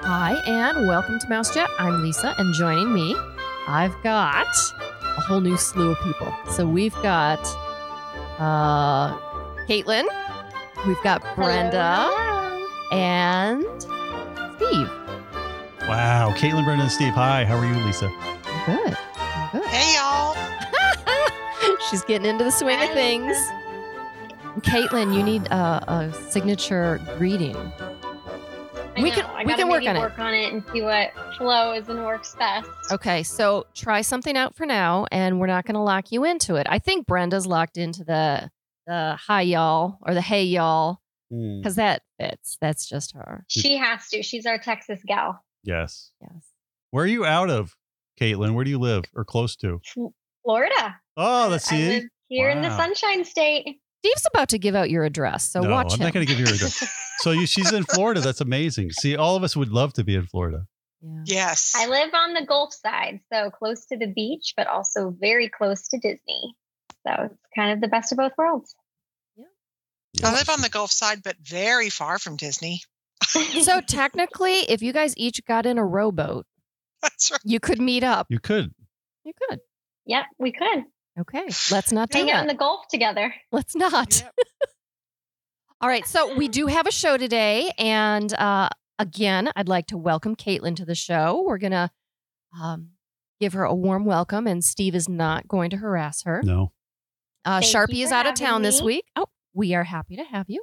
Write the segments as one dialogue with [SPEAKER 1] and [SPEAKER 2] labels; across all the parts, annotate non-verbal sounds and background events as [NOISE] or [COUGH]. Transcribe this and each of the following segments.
[SPEAKER 1] Hi, and welcome to MouseJet. I'm Lisa, and joining me, I've got a whole new slew of people. So we've got uh, Caitlin, we've got Brenda, and Steve.
[SPEAKER 2] Wow. Caitlin, Brenda, and Steve. Hi. How are you, Lisa?
[SPEAKER 1] I'm Good. I'm good.
[SPEAKER 3] Hey y'all.
[SPEAKER 1] [LAUGHS] She's getting into the swing of
[SPEAKER 3] Hi,
[SPEAKER 1] things. Caitlin, you need uh, a signature greeting.
[SPEAKER 4] I
[SPEAKER 1] We
[SPEAKER 4] know.
[SPEAKER 1] can-
[SPEAKER 4] I
[SPEAKER 1] we
[SPEAKER 4] gotta
[SPEAKER 1] can work
[SPEAKER 4] maybe
[SPEAKER 1] on it.
[SPEAKER 4] Work on it and see what flows and works best.
[SPEAKER 1] Okay, so try something out for now, and we're not going to lock you into it. I think Brenda's locked into the the hi y'all or the hey y'all
[SPEAKER 3] Hmm.
[SPEAKER 1] because that fits. That's just her.
[SPEAKER 4] She has to. She's our Texas gal.
[SPEAKER 2] Yes.
[SPEAKER 1] Yes.
[SPEAKER 2] Where are you out of, Caitlin? Where do you live or close to?
[SPEAKER 4] Florida.
[SPEAKER 2] Oh, let's
[SPEAKER 4] I
[SPEAKER 2] see.
[SPEAKER 4] live here in the
[SPEAKER 2] Wow.
[SPEAKER 4] Sunshine State.
[SPEAKER 1] Steve's about to give out your address, so
[SPEAKER 2] no,
[SPEAKER 1] watch
[SPEAKER 2] I'm
[SPEAKER 1] him.
[SPEAKER 2] not going to give you her address. so you, she's
[SPEAKER 3] [LAUGHS]
[SPEAKER 2] in Florida. That's amazing. See, all of us would love to be in Florida.
[SPEAKER 1] Yeah.
[SPEAKER 3] Yes.
[SPEAKER 4] I live on the Gulf side, so close to the beach, but also very close to Disney. So it's kind of the best of both
[SPEAKER 1] [LAUGHS]
[SPEAKER 4] worlds. [LAUGHS]
[SPEAKER 3] I live on the Gulf side, but very far from Disney. [LAUGHS]
[SPEAKER 1] So technically, if you guys each got in a rowboat,
[SPEAKER 3] That's right.
[SPEAKER 1] you could meet up.
[SPEAKER 2] You could.
[SPEAKER 1] You could.
[SPEAKER 4] yep, we could
[SPEAKER 1] Okay, let's not do
[SPEAKER 4] hang out in
[SPEAKER 1] that.
[SPEAKER 4] the Gulf together.
[SPEAKER 1] Let's not.
[SPEAKER 3] Yep.
[SPEAKER 1] All right, so we do have a show today, and uh, again, I'd like to welcome Caitlin to the show. We're gonna um, give her a warm welcome, and Steve is not going to harass her.
[SPEAKER 2] No.
[SPEAKER 1] Uh,
[SPEAKER 4] Thank
[SPEAKER 1] Sharpie
[SPEAKER 4] you
[SPEAKER 1] is
[SPEAKER 4] for
[SPEAKER 1] out of
[SPEAKER 4] having
[SPEAKER 1] town this
[SPEAKER 4] me.
[SPEAKER 1] week. Oh, we are happy to have you.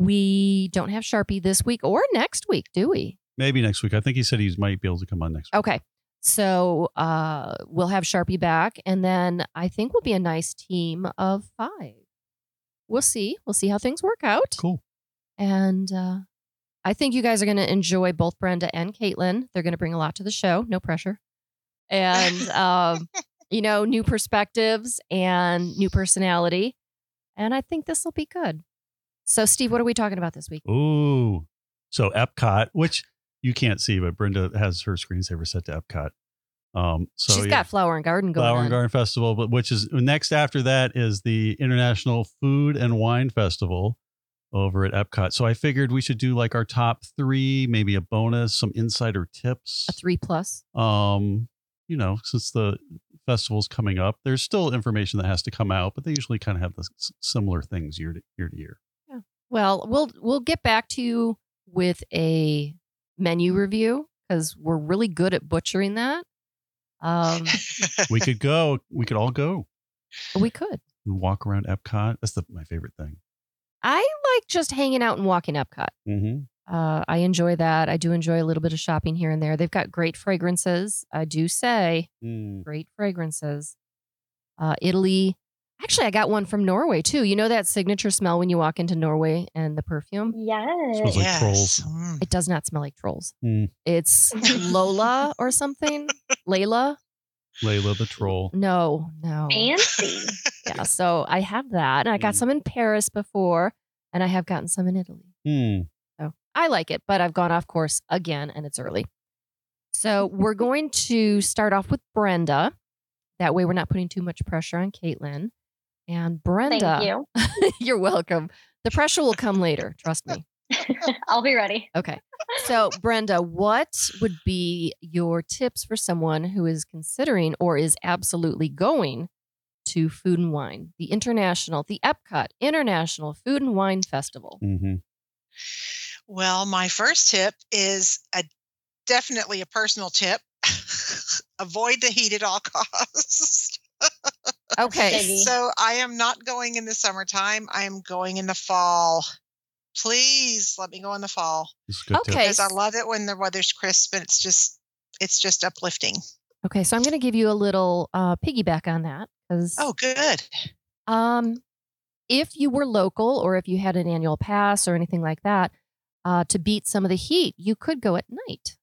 [SPEAKER 1] We don't have Sharpie this week or next week, do we?
[SPEAKER 2] Maybe next week. I think he said he might be able to come on
[SPEAKER 3] Oh.
[SPEAKER 2] next week.
[SPEAKER 1] Okay. So uh, we'll have Sharpie back, and then I think we'll be a nice team of five. We'll see. We'll see how things work out.
[SPEAKER 2] Cool.
[SPEAKER 1] And uh, I think you guys are going to enjoy both Brenda and Caitlin. They're going to bring a lot to the show. No pressure. And, um, you know, new perspectives and new personality. And I think this will be good. So, Steve, what are we talking about this week?
[SPEAKER 2] Ooh. So Epcot, which you can't see, but Brenda has her screensaver set to Epcot. Um, so
[SPEAKER 1] She's
[SPEAKER 2] yeah.
[SPEAKER 1] got Flower and Garden going
[SPEAKER 2] Flower
[SPEAKER 1] on.
[SPEAKER 2] and Garden Festival, but which is next after that is the International Food and Wine Festival over at Epcot. So I figured we should do like our top three, maybe a bonus, some insider tips.
[SPEAKER 1] A three plus.
[SPEAKER 2] Um, you know, since the festival's coming up, there's still information that has to come out, but they usually kind of have the s- similar things year to year to year.
[SPEAKER 1] Well, we'll we'll get back to you with a menu review because we're really good at butchering that. Um,
[SPEAKER 2] [LAUGHS]
[SPEAKER 3] [LAUGHS]
[SPEAKER 2] We could go. We could all go
[SPEAKER 1] we could.
[SPEAKER 2] and walk around Epcot. That's the, my favorite thing.
[SPEAKER 1] I like just hanging out and walking Epcot.
[SPEAKER 2] Mm-hmm.
[SPEAKER 1] Uh, I enjoy that. I do enjoy a little bit of shopping here and there. They've got great fragrances. I do say
[SPEAKER 2] Mm.
[SPEAKER 1] great fragrances. Uh, Italy. Actually, I got one from Norway too. You know that signature smell when you walk into Norway and the perfume?
[SPEAKER 4] Yes.
[SPEAKER 2] Smells like trolls.
[SPEAKER 3] Mm.
[SPEAKER 1] It does not smell like trolls.
[SPEAKER 2] Mm.
[SPEAKER 1] It's Lola or something. Layla?
[SPEAKER 2] Layla the troll.
[SPEAKER 1] No, no.
[SPEAKER 4] Fancy.
[SPEAKER 1] Yeah. So I have that. And I got
[SPEAKER 2] Mm.
[SPEAKER 1] some in Paris before, and I have gotten some in Italy.
[SPEAKER 2] Hmm.
[SPEAKER 1] So I like it, but I've gone off course again and it's early. So we're going to start off with Brenda. That way we're not putting too much pressure on Caitlin. And
[SPEAKER 4] Thank
[SPEAKER 1] Brenda,
[SPEAKER 4] you.
[SPEAKER 1] [LAUGHS] you. are welcome. The pressure will come later, trust me.
[SPEAKER 4] [LAUGHS] I'll be ready.
[SPEAKER 1] Okay. [LAUGHS] So, Brenda, what would be your tips for someone who is considering or is absolutely going to Food and Wine, the international, the Epcot International Food and Wine Festival?
[SPEAKER 2] Mm-hmm.
[SPEAKER 3] Well, my first tip is a definitely a personal tip. [LAUGHS] Avoid the heat at all [LAUGHS] costs.
[SPEAKER 1] Okay.
[SPEAKER 4] Biggie.
[SPEAKER 3] so I am not going in the summertime. I am going in the fall. Please let me go in the fall
[SPEAKER 2] This is a good tip.
[SPEAKER 1] Okay.
[SPEAKER 3] because I love it when the weather's crisp and it's just it's just uplifting.
[SPEAKER 1] Okay, so I'm going to give you a little uh, piggyback on that because
[SPEAKER 3] Oh, good.
[SPEAKER 1] um, if you were local or if you had an annual pass or anything like that, uh, to beat some of the heat, you could go at night.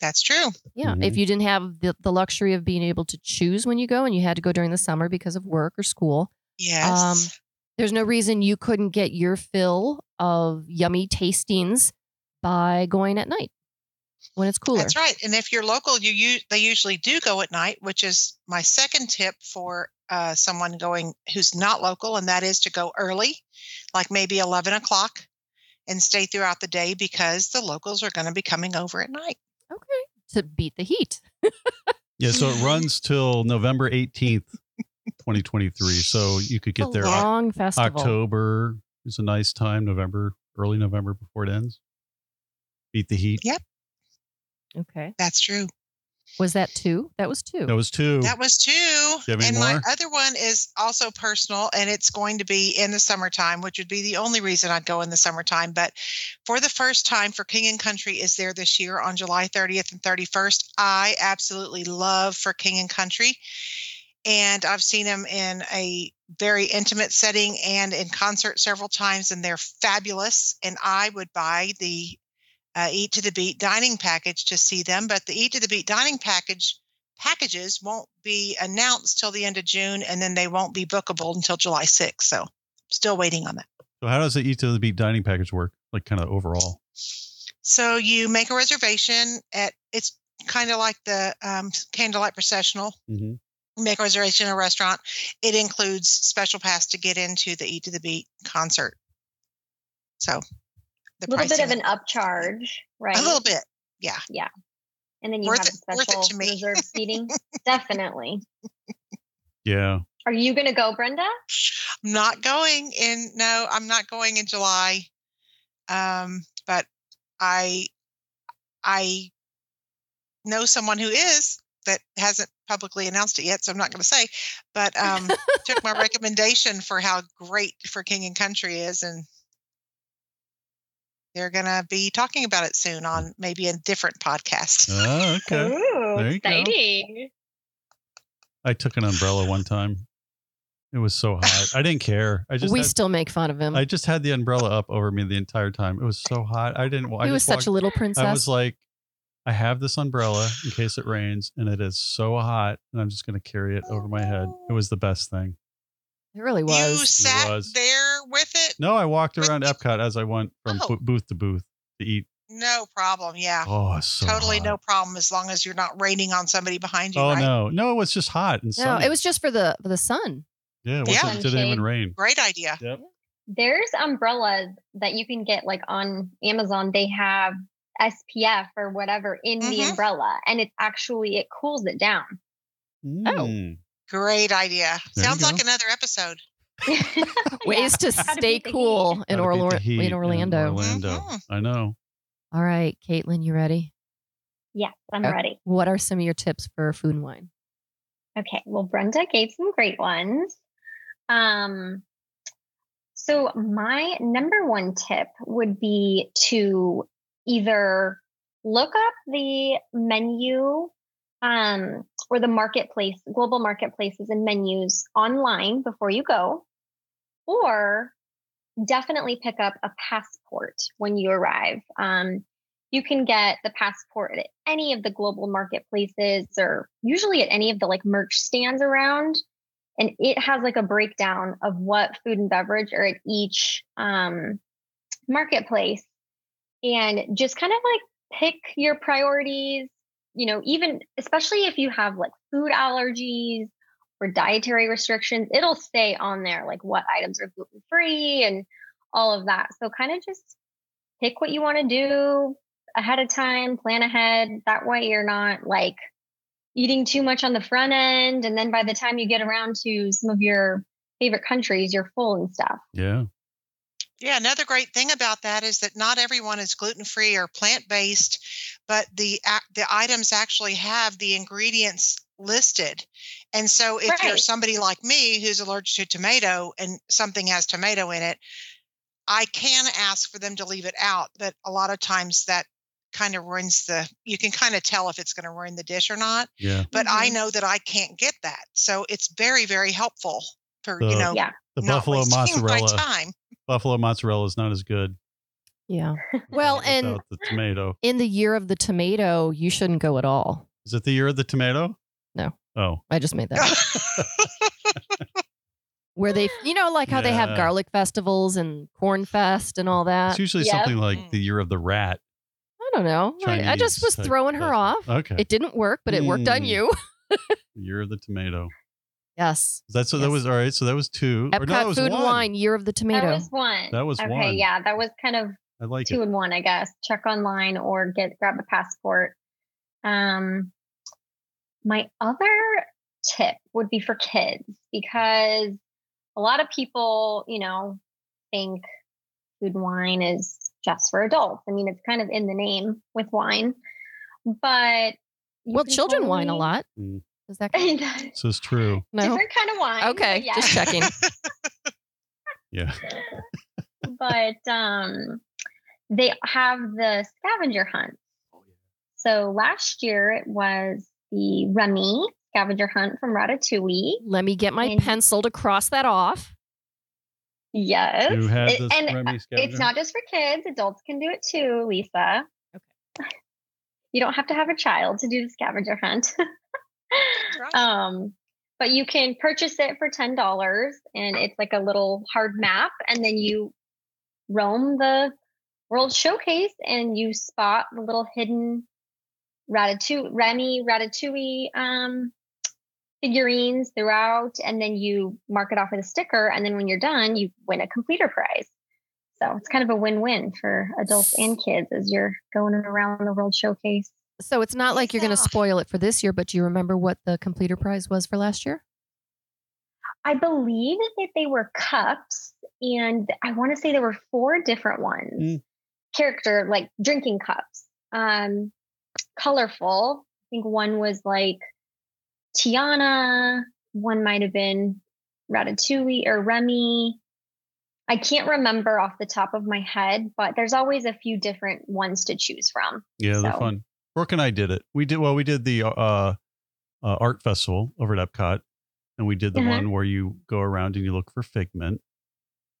[SPEAKER 3] That's true.
[SPEAKER 1] Yeah, if
[SPEAKER 2] Mhm.
[SPEAKER 3] Mm-hmm.
[SPEAKER 1] you didn't have the, the luxury of being able to choose when you go and you had to go during the summer because of work or school,
[SPEAKER 3] Yes.
[SPEAKER 1] there's no reason you couldn't get your fill of yummy tastings by going at night when it's cooler.
[SPEAKER 3] That's right. And if you're local, you u- they usually do go at night, which is my second tip for uh, someone going who's not local, and that is to go early, like maybe eleven o'clock, and stay throughout the day because the locals are going to be coming over at night.
[SPEAKER 1] Okay. To beat the heat.
[SPEAKER 2] Yeah,
[SPEAKER 1] [LAUGHS]
[SPEAKER 2] so it runs till November 18th, 2023. So you could get
[SPEAKER 1] a
[SPEAKER 2] there Oc-
[SPEAKER 1] long festival.
[SPEAKER 2] October is a nice time, November, early November before it ends. Beat the heat.
[SPEAKER 1] Okay.
[SPEAKER 3] That's true.
[SPEAKER 1] Was that two? That was two.
[SPEAKER 2] That was two.
[SPEAKER 3] That was two.
[SPEAKER 2] you have any
[SPEAKER 3] and my
[SPEAKER 2] more?
[SPEAKER 3] other one is also personal, and it's going to be in the summertime, which would be the only reason I'd go in the summertime. But for the first time, for King and Country is there this year on July 30th and 31st. I absolutely love for King and Country, and I've seen them in a very intimate setting and in concert several times, and they're fabulous. And I would buy the uh, Eat to the Beat dining package to see them, but the Eat to the Beat dining package packages won't be announced till the end of June, and then they won't be bookable until July 6th. So, still waiting on that.
[SPEAKER 2] so how does the Eat to the Beat dining package work? Like kind of overall.
[SPEAKER 3] So you make a reservation at it's kind of like the um, Candlelight Processional.
[SPEAKER 2] Mm-hmm.
[SPEAKER 3] You make a reservation at a restaurant. It includes special pass to get into the Eat to the Beat concert. So, the
[SPEAKER 4] A little bit
[SPEAKER 3] pricing-
[SPEAKER 4] of an upcharge, right?
[SPEAKER 3] a little bit. Yeah,
[SPEAKER 4] And then you
[SPEAKER 3] Worth
[SPEAKER 4] have
[SPEAKER 3] it- worth it
[SPEAKER 4] special
[SPEAKER 3] to me. [LAUGHS]
[SPEAKER 4] reserved seating. Definitely.
[SPEAKER 2] Yeah.
[SPEAKER 4] Are you going to go, Brenda?
[SPEAKER 3] I'm not going in. No, I'm not going in July. Um, but I, I know someone who is that hasn't publicly announced it yet, so I'm not going to say. But um, took my recommendation for how great for King and Country is, and they're going to be talking about it soon on maybe a different podcast.
[SPEAKER 2] Oh, okay.
[SPEAKER 4] Ooh,
[SPEAKER 2] There you go.
[SPEAKER 4] exciting.
[SPEAKER 2] I took an umbrella one time. It was so hot. I didn't care. I
[SPEAKER 1] [LAUGHS]
[SPEAKER 2] just
[SPEAKER 1] we
[SPEAKER 2] had,
[SPEAKER 1] still make fun of him.
[SPEAKER 2] I just had the umbrella up over me the entire time. It was so hot. I didn't. I
[SPEAKER 1] he was
[SPEAKER 2] just
[SPEAKER 1] such
[SPEAKER 2] walked-
[SPEAKER 1] a little
[SPEAKER 2] I
[SPEAKER 1] princess.
[SPEAKER 2] was like, I have this umbrella in case it rains, and it is so hot, and I'm just going to carry it over my head. It was the best thing.
[SPEAKER 1] it really
[SPEAKER 3] You
[SPEAKER 1] was.
[SPEAKER 3] sat
[SPEAKER 2] was.
[SPEAKER 3] there with it,
[SPEAKER 2] No, I walked around Epcot as I went from
[SPEAKER 3] Oh.
[SPEAKER 2] bo- booth to booth to eat.
[SPEAKER 3] no problem. Yeah.
[SPEAKER 2] Oh, it's so
[SPEAKER 3] totally
[SPEAKER 2] hot.
[SPEAKER 3] no problem as long as you're not raining on somebody behind you.
[SPEAKER 2] Oh
[SPEAKER 3] right?
[SPEAKER 2] no, no, it was just hot and
[SPEAKER 1] No,
[SPEAKER 2] sunny.
[SPEAKER 1] it was just for the for the sun.
[SPEAKER 2] yeah, it
[SPEAKER 3] Yeah.
[SPEAKER 2] wasn't, it didn't even
[SPEAKER 4] Sunshade.
[SPEAKER 2] rain.
[SPEAKER 3] Great idea.
[SPEAKER 2] Yep.
[SPEAKER 4] There's umbrellas that you can get like on Amazon. They have SPF or whatever in the
[SPEAKER 3] Mhm.
[SPEAKER 4] umbrella, and it's actually it cools it down. [LAUGHS]
[SPEAKER 2] Mm.
[SPEAKER 3] Great idea.
[SPEAKER 2] There you
[SPEAKER 3] Sounds like
[SPEAKER 2] go.
[SPEAKER 3] another episode.
[SPEAKER 4] Oh,
[SPEAKER 1] Ways
[SPEAKER 4] [LAUGHS]
[SPEAKER 1] to
[SPEAKER 4] How to
[SPEAKER 1] stay
[SPEAKER 4] beat the heat.
[SPEAKER 1] cool in,
[SPEAKER 2] Gotta beat
[SPEAKER 1] Orla-
[SPEAKER 2] the heat
[SPEAKER 1] in Orlando.
[SPEAKER 2] Orlando.
[SPEAKER 3] Mhm.
[SPEAKER 2] I know.
[SPEAKER 1] All right, Caitlin, you ready?
[SPEAKER 4] Yes, I'm
[SPEAKER 1] Okay.
[SPEAKER 4] ready.
[SPEAKER 1] What are some of your tips for food and wine?
[SPEAKER 4] Okay. Well, Brenda gave some great ones. Um, so my number one tip would be to either look up the menu um, or the marketplace, global marketplaces and menus online before you go, or definitely pick up a passport when you arrive. Um, you can get the passport at any of the global marketplaces or usually at any of the like merch stands around and it has like a breakdown of what food and beverage are at each um, marketplace and just kind of like pick your priorities you know even especially if you have like food allergies or dietary restrictions it'll stay on there like what items are gluten free and all of that so kind of just pick what you want to do ahead of time, plan ahead. That way you're not like eating too much on the front end. And then by the time you get around to some of your favorite countries, you're full and stuff.
[SPEAKER 2] Yeah.
[SPEAKER 3] Yeah, another great thing about that is that not everyone is gluten free or plant based, but the ac- the items actually have the ingredients listed. And so if you're
[SPEAKER 4] Right.
[SPEAKER 3] somebody like me who's allergic to tomato and something has tomato in it, I can ask for them to leave it out, but a lot of times that kind of ruins the you can kind of tell if it's going to ruin the dish or not.
[SPEAKER 2] Yeah.
[SPEAKER 3] but I
[SPEAKER 4] Mhm.
[SPEAKER 3] know that I can't get that. So it's very, very helpful for
[SPEAKER 2] The
[SPEAKER 3] you know
[SPEAKER 4] Yeah.
[SPEAKER 2] The
[SPEAKER 3] not
[SPEAKER 2] buffalo
[SPEAKER 3] wasting [LAUGHS] My
[SPEAKER 2] mozzarella.
[SPEAKER 3] time.
[SPEAKER 2] Buffalo mozzarella is not as good.
[SPEAKER 1] Yeah. Well,
[SPEAKER 2] without
[SPEAKER 1] and
[SPEAKER 2] the tomato.
[SPEAKER 1] in the year of the tomato, you shouldn't go at all.
[SPEAKER 2] Is it the year of the tomato?
[SPEAKER 1] No.
[SPEAKER 2] Oh.
[SPEAKER 1] I just made that. up.
[SPEAKER 4] [LAUGHS]
[SPEAKER 1] Where they, you know, like how they have
[SPEAKER 2] Yeah.
[SPEAKER 1] garlic festivals and corn fest and all that.
[SPEAKER 2] It's usually
[SPEAKER 4] Yep.
[SPEAKER 2] something like
[SPEAKER 3] Mm.
[SPEAKER 2] the year of the rat.
[SPEAKER 1] I don't know. I, I just
[SPEAKER 2] Chinese
[SPEAKER 1] was
[SPEAKER 2] type
[SPEAKER 1] throwing her
[SPEAKER 2] festival.
[SPEAKER 1] off.
[SPEAKER 2] Okay.
[SPEAKER 1] It didn't work, but it worked on
[SPEAKER 2] Mm.
[SPEAKER 1] you. [LAUGHS]
[SPEAKER 2] year of the tomato.
[SPEAKER 1] yes.
[SPEAKER 2] That's so that
[SPEAKER 1] Yes.
[SPEAKER 2] was all right. So that was two. or
[SPEAKER 1] Epcot
[SPEAKER 2] no, that was
[SPEAKER 1] Food
[SPEAKER 2] one.
[SPEAKER 1] and Wine, Year of the
[SPEAKER 4] That
[SPEAKER 1] Tomato.
[SPEAKER 4] was one.
[SPEAKER 2] That was
[SPEAKER 4] okay,
[SPEAKER 2] one.
[SPEAKER 4] yeah, that was kind of
[SPEAKER 2] I like
[SPEAKER 4] two
[SPEAKER 2] it.
[SPEAKER 4] in one, I guess. Check online or get grab a passport. Um, my other tip would be for kids because a lot of people, you know, think food and wine is just for adults. I mean, it's kind of in the name with wine, but you
[SPEAKER 1] Well,
[SPEAKER 4] can
[SPEAKER 1] children whine a
[SPEAKER 4] [LAUGHS] totally-
[SPEAKER 1] lot.
[SPEAKER 2] Mm.
[SPEAKER 1] Does that count?
[SPEAKER 4] [LAUGHS] Different
[SPEAKER 2] This is true.
[SPEAKER 1] no?
[SPEAKER 4] kind of wine.
[SPEAKER 1] Okay,
[SPEAKER 4] but yes.
[SPEAKER 1] just
[SPEAKER 4] [LAUGHS]
[SPEAKER 1] checking.
[SPEAKER 2] Yeah.
[SPEAKER 4] but um, they have the scavenger hunt. So last year it was the Remy scavenger hunt from Ratatouille.
[SPEAKER 1] Let me get my
[SPEAKER 4] And-
[SPEAKER 1] pencil to cross that off.
[SPEAKER 4] Yes.
[SPEAKER 2] You had
[SPEAKER 4] It-
[SPEAKER 2] this
[SPEAKER 1] uh,
[SPEAKER 4] and
[SPEAKER 2] Remy scavenger?
[SPEAKER 4] it's not just for kids, adults can do it too, Lisa.
[SPEAKER 1] Okay.
[SPEAKER 4] You don't have to have a child to do the scavenger hunt. [LAUGHS]
[SPEAKER 3] right.
[SPEAKER 4] um, but you can purchase it for ten dollars, and it's like a little hard map, and then you roam the World Showcase and you spot the little hidden Ratatouille, Remy Ratatouille um, figurines throughout, and then you mark it off with a sticker, and then when you're done, you win a completer prize. So it's kind of a win-win for adults and kids as you're going around the World Showcase.
[SPEAKER 1] So it's not like you're going to
[SPEAKER 3] Yeah.
[SPEAKER 1] spoil it for this year, but do you remember what the completer prize was for last year?
[SPEAKER 4] I believe that they were cups, and I want to say there were four different ones.
[SPEAKER 2] Mm.
[SPEAKER 4] Character like drinking cups, um, colorful. I think one was like Tiana. One might have been Ratatouille or Remy. I can't remember off the top of my head, but there's always a few different ones to choose from.
[SPEAKER 2] Yeah, they're
[SPEAKER 4] So-
[SPEAKER 2] fun. Brooke and I did it. We did well. We did the uh, uh, art festival over at Epcot, and we did the
[SPEAKER 1] Mm-hmm.
[SPEAKER 4] Uh-huh.
[SPEAKER 2] one where you go around and you look for Figment.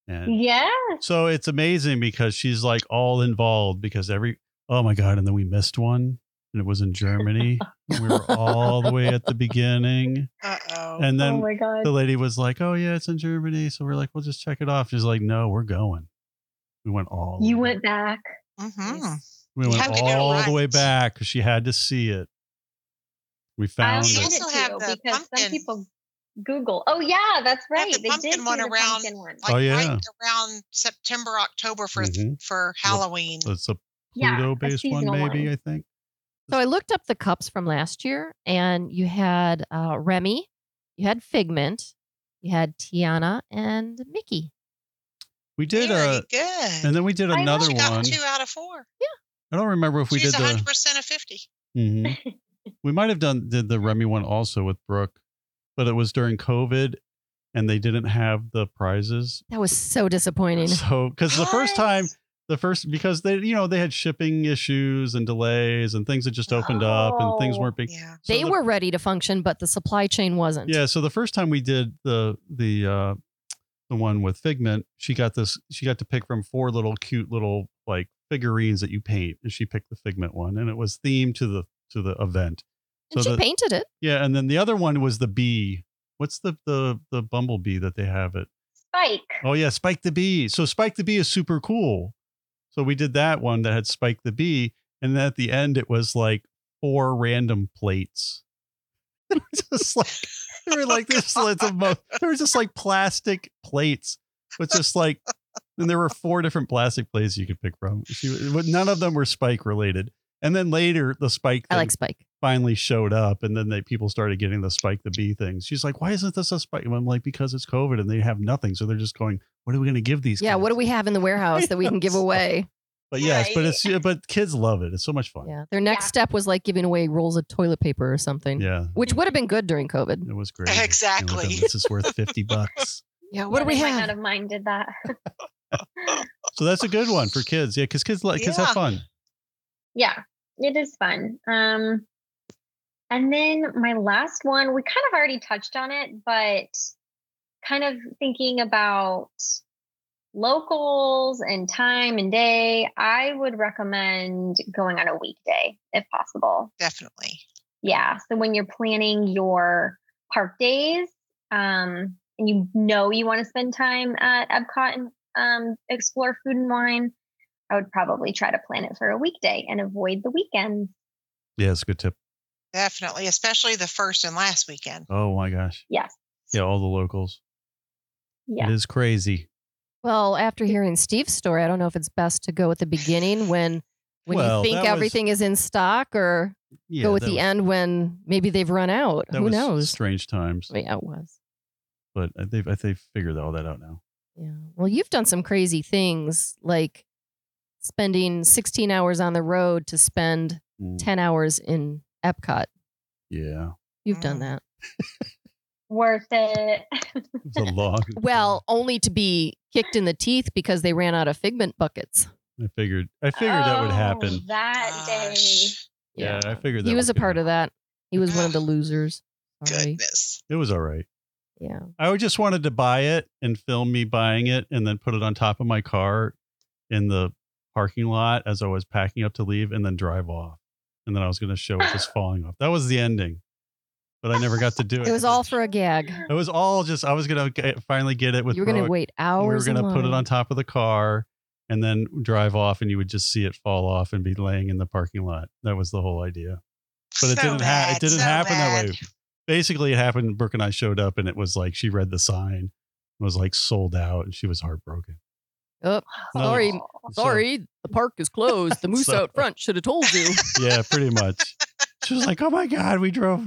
[SPEAKER 2] And
[SPEAKER 4] Yeah,
[SPEAKER 2] so it's amazing because she's like all involved because every oh my god, and then we missed one, and it was in Germany. we were all the way at
[SPEAKER 4] [LAUGHS]
[SPEAKER 2] the beginning,
[SPEAKER 3] Uh oh.
[SPEAKER 2] and
[SPEAKER 4] oh
[SPEAKER 2] then
[SPEAKER 4] my god.
[SPEAKER 2] the lady was like, "Oh yeah, it's in Germany," so we're like, "We'll just check it off." She's like, "No, we're going." We went all
[SPEAKER 4] you
[SPEAKER 2] the way-
[SPEAKER 4] went back. Ah.
[SPEAKER 3] hmm
[SPEAKER 2] We
[SPEAKER 3] You
[SPEAKER 2] went
[SPEAKER 3] have to do it
[SPEAKER 2] all the way
[SPEAKER 3] right.
[SPEAKER 2] back 'cause she had to see it. We found
[SPEAKER 4] I
[SPEAKER 3] They
[SPEAKER 2] it.
[SPEAKER 4] also
[SPEAKER 3] also
[SPEAKER 4] have
[SPEAKER 3] have
[SPEAKER 4] too,
[SPEAKER 3] the
[SPEAKER 4] because some
[SPEAKER 3] pumpkin.
[SPEAKER 4] people Google. Oh yeah, that's
[SPEAKER 3] They have
[SPEAKER 4] right.
[SPEAKER 3] the
[SPEAKER 4] They
[SPEAKER 3] pumpkin
[SPEAKER 4] did
[SPEAKER 3] one
[SPEAKER 4] do the
[SPEAKER 3] around,
[SPEAKER 4] pumpkin one.
[SPEAKER 3] Like
[SPEAKER 2] Oh, yeah.
[SPEAKER 3] right around September, October for
[SPEAKER 2] Mhm.
[SPEAKER 3] for Halloween.
[SPEAKER 2] It's a
[SPEAKER 4] Yeah,
[SPEAKER 2] Pluto
[SPEAKER 4] a
[SPEAKER 2] based one,
[SPEAKER 4] seasonal
[SPEAKER 2] maybe,
[SPEAKER 4] one.
[SPEAKER 2] I think.
[SPEAKER 1] So I looked up the cups from last year, and you had uh, Remy, you had Figment, you had Tiana, and Mickey.
[SPEAKER 2] We did
[SPEAKER 3] Very
[SPEAKER 2] a,
[SPEAKER 3] good.
[SPEAKER 2] and then we did
[SPEAKER 4] I know
[SPEAKER 2] another
[SPEAKER 3] she got
[SPEAKER 2] one.
[SPEAKER 3] two out of four.
[SPEAKER 2] I don't remember if we
[SPEAKER 3] She's
[SPEAKER 2] did
[SPEAKER 3] hundred
[SPEAKER 2] the,
[SPEAKER 3] percent of fifty.
[SPEAKER 2] Mhm. we might have done, did the Remy one also with Brooke, but it was during COVID and they didn't have the prizes.
[SPEAKER 1] That was so disappointing.
[SPEAKER 2] So, because the first time, the first, because they, you know, they had shipping issues and delays and things had just opened up and things
[SPEAKER 4] Oh.
[SPEAKER 2] weren't big.
[SPEAKER 3] Yeah.
[SPEAKER 2] So
[SPEAKER 1] they
[SPEAKER 2] the-
[SPEAKER 1] were ready to function, but the supply chain wasn't.
[SPEAKER 2] Yeah, so the first time we did the the uh the one with Figment, she got this she got to pick from four little cute little like figurines that you paint and she picked the Figment one and it was themed to the to the event.
[SPEAKER 1] and
[SPEAKER 2] so
[SPEAKER 1] she
[SPEAKER 2] the-
[SPEAKER 1] painted it.
[SPEAKER 2] Yeah, and then the other one was the bee. What's the the the bumblebee that they have it?
[SPEAKER 4] Spike.
[SPEAKER 2] Oh yeah, Spike the Bee. So Spike the Bee is super cool. So we did that one that had Spike the Bee, and then at the end it was like four random plates. [LAUGHS] It was just like they were like
[SPEAKER 1] [LAUGHS]
[SPEAKER 2] this
[SPEAKER 1] Oh,
[SPEAKER 2] like the most they were just like plastic plates with just like and there were four different plastic plates you could pick from. She, but none of them were Spike related. And then later the Spike
[SPEAKER 1] I
[SPEAKER 2] thing
[SPEAKER 1] like Spike.
[SPEAKER 2] finally showed up, and then they people started getting the Spike the Bee things. She's like, "Why isn't this a Spike?" And I'm like, "Because it's COVID and they have nothing, so they're just going, what are we going to give these?"
[SPEAKER 1] Yeah, what do
[SPEAKER 2] kids?"
[SPEAKER 1] we have in the warehouse that we can
[SPEAKER 2] [LAUGHS]
[SPEAKER 1] give
[SPEAKER 2] So-
[SPEAKER 1] away?
[SPEAKER 2] But yes, but
[SPEAKER 4] Right.
[SPEAKER 2] it's yeah, but kids love it. It's so much fun.
[SPEAKER 1] Yeah. Their next
[SPEAKER 4] Yeah.
[SPEAKER 1] step was like giving away rolls of toilet paper or
[SPEAKER 2] Yeah,
[SPEAKER 1] something, which would have been good during COVID.
[SPEAKER 2] it was great.
[SPEAKER 3] Exactly.
[SPEAKER 2] You know, then this is worth fifty bucks.
[SPEAKER 1] Yeah. What
[SPEAKER 4] Yeah,
[SPEAKER 1] do we
[SPEAKER 4] they Might not
[SPEAKER 1] have?
[SPEAKER 4] have minded that. [LAUGHS]
[SPEAKER 2] So that's a good
[SPEAKER 1] [LAUGHS]
[SPEAKER 2] one for kids. Yeah, because kids like kids have
[SPEAKER 3] Yeah.
[SPEAKER 2] fun.
[SPEAKER 4] yeah, it is fun. Um, and then my last one, we kind of already touched on it, but kind of thinking about locals and time and day, I would recommend going on a weekday if possible.
[SPEAKER 3] Definitely.
[SPEAKER 4] yeah so when you're planning your park days um and you know you want to spend time at epcot and um explore food and wine i would probably try to plan it for a weekday and avoid the weekends
[SPEAKER 2] Yeah, it's a good tip.
[SPEAKER 3] Definitely. Especially the first and last weekend.
[SPEAKER 2] Oh my gosh.
[SPEAKER 4] yes
[SPEAKER 2] Yeah, all the locals.
[SPEAKER 4] yeah
[SPEAKER 2] It is crazy.
[SPEAKER 1] Well, after hearing Steve's story, I don't know if it's best to go at the beginning when when
[SPEAKER 2] Well,
[SPEAKER 1] you think
[SPEAKER 2] that was-
[SPEAKER 1] everything is in stock, or
[SPEAKER 2] Yeah,
[SPEAKER 1] go at
[SPEAKER 2] that
[SPEAKER 1] the
[SPEAKER 2] was-
[SPEAKER 1] end when maybe they've run out.
[SPEAKER 2] That
[SPEAKER 1] Who
[SPEAKER 2] was
[SPEAKER 1] knows?
[SPEAKER 2] Strange times,
[SPEAKER 1] Oh, Yeah, it was.
[SPEAKER 2] but I- they've I think they've figured all that out now.
[SPEAKER 1] Yeah. Well, you've done some crazy things like spending 16 hours on the road to spend
[SPEAKER 2] Mm,
[SPEAKER 1] 10 hours in Epcot. [LAUGHS]
[SPEAKER 2] Yeah,
[SPEAKER 1] You've done that.
[SPEAKER 4] Worth
[SPEAKER 2] [LAUGHS]
[SPEAKER 4] it.
[SPEAKER 2] it's a long.
[SPEAKER 1] Well, only to be kicked in the teeth because they ran out of figment buckets.
[SPEAKER 2] I figured I figured that would
[SPEAKER 4] Oh,
[SPEAKER 2] happen.
[SPEAKER 4] That day.
[SPEAKER 3] Gosh,
[SPEAKER 2] Yeah, I figured that
[SPEAKER 1] He was
[SPEAKER 2] was
[SPEAKER 1] a part of that. He was one
[SPEAKER 2] [SIGHS]
[SPEAKER 1] of the losers. Sorry.
[SPEAKER 3] goodness.
[SPEAKER 2] It was all right.
[SPEAKER 1] Yeah.
[SPEAKER 2] I would just wanted to buy it and film me buying it and then put it on top of my car in the parking lot as I was packing up to leave and then drive off. And then I was going to show it
[SPEAKER 1] [LAUGHS]
[SPEAKER 2] just falling off. That was the ending, but I never got to do it.
[SPEAKER 1] It was all for a gag.
[SPEAKER 2] It was all just I was going to finally get it with.
[SPEAKER 1] you were going to
[SPEAKER 2] Brooke.
[SPEAKER 1] wait
[SPEAKER 2] We were
[SPEAKER 1] hours.
[SPEAKER 2] gonna
[SPEAKER 1] in
[SPEAKER 2] put it
[SPEAKER 1] line.
[SPEAKER 2] on top of the car and then drive off, and you would just see it fall off and be laying in the parking lot. That was the whole idea. But it
[SPEAKER 3] So
[SPEAKER 2] didn't happen.
[SPEAKER 3] bad,
[SPEAKER 2] It didn't
[SPEAKER 3] so
[SPEAKER 2] happen that
[SPEAKER 3] bad.
[SPEAKER 2] way. Basically, it happened. Brooke and I showed up, and it was like she read the sign, and was like sold out, and she was heartbroken.
[SPEAKER 1] Oh,
[SPEAKER 2] No.
[SPEAKER 1] sorry,
[SPEAKER 4] Oh.
[SPEAKER 2] So-
[SPEAKER 1] sorry. [LAUGHS] The park is closed.
[SPEAKER 2] [LAUGHS]
[SPEAKER 1] The moose
[SPEAKER 2] So-
[SPEAKER 1] out front should have told
[SPEAKER 2] [LAUGHS]
[SPEAKER 1] you.
[SPEAKER 2] yeah, pretty much. She was like, "Oh my god, we drove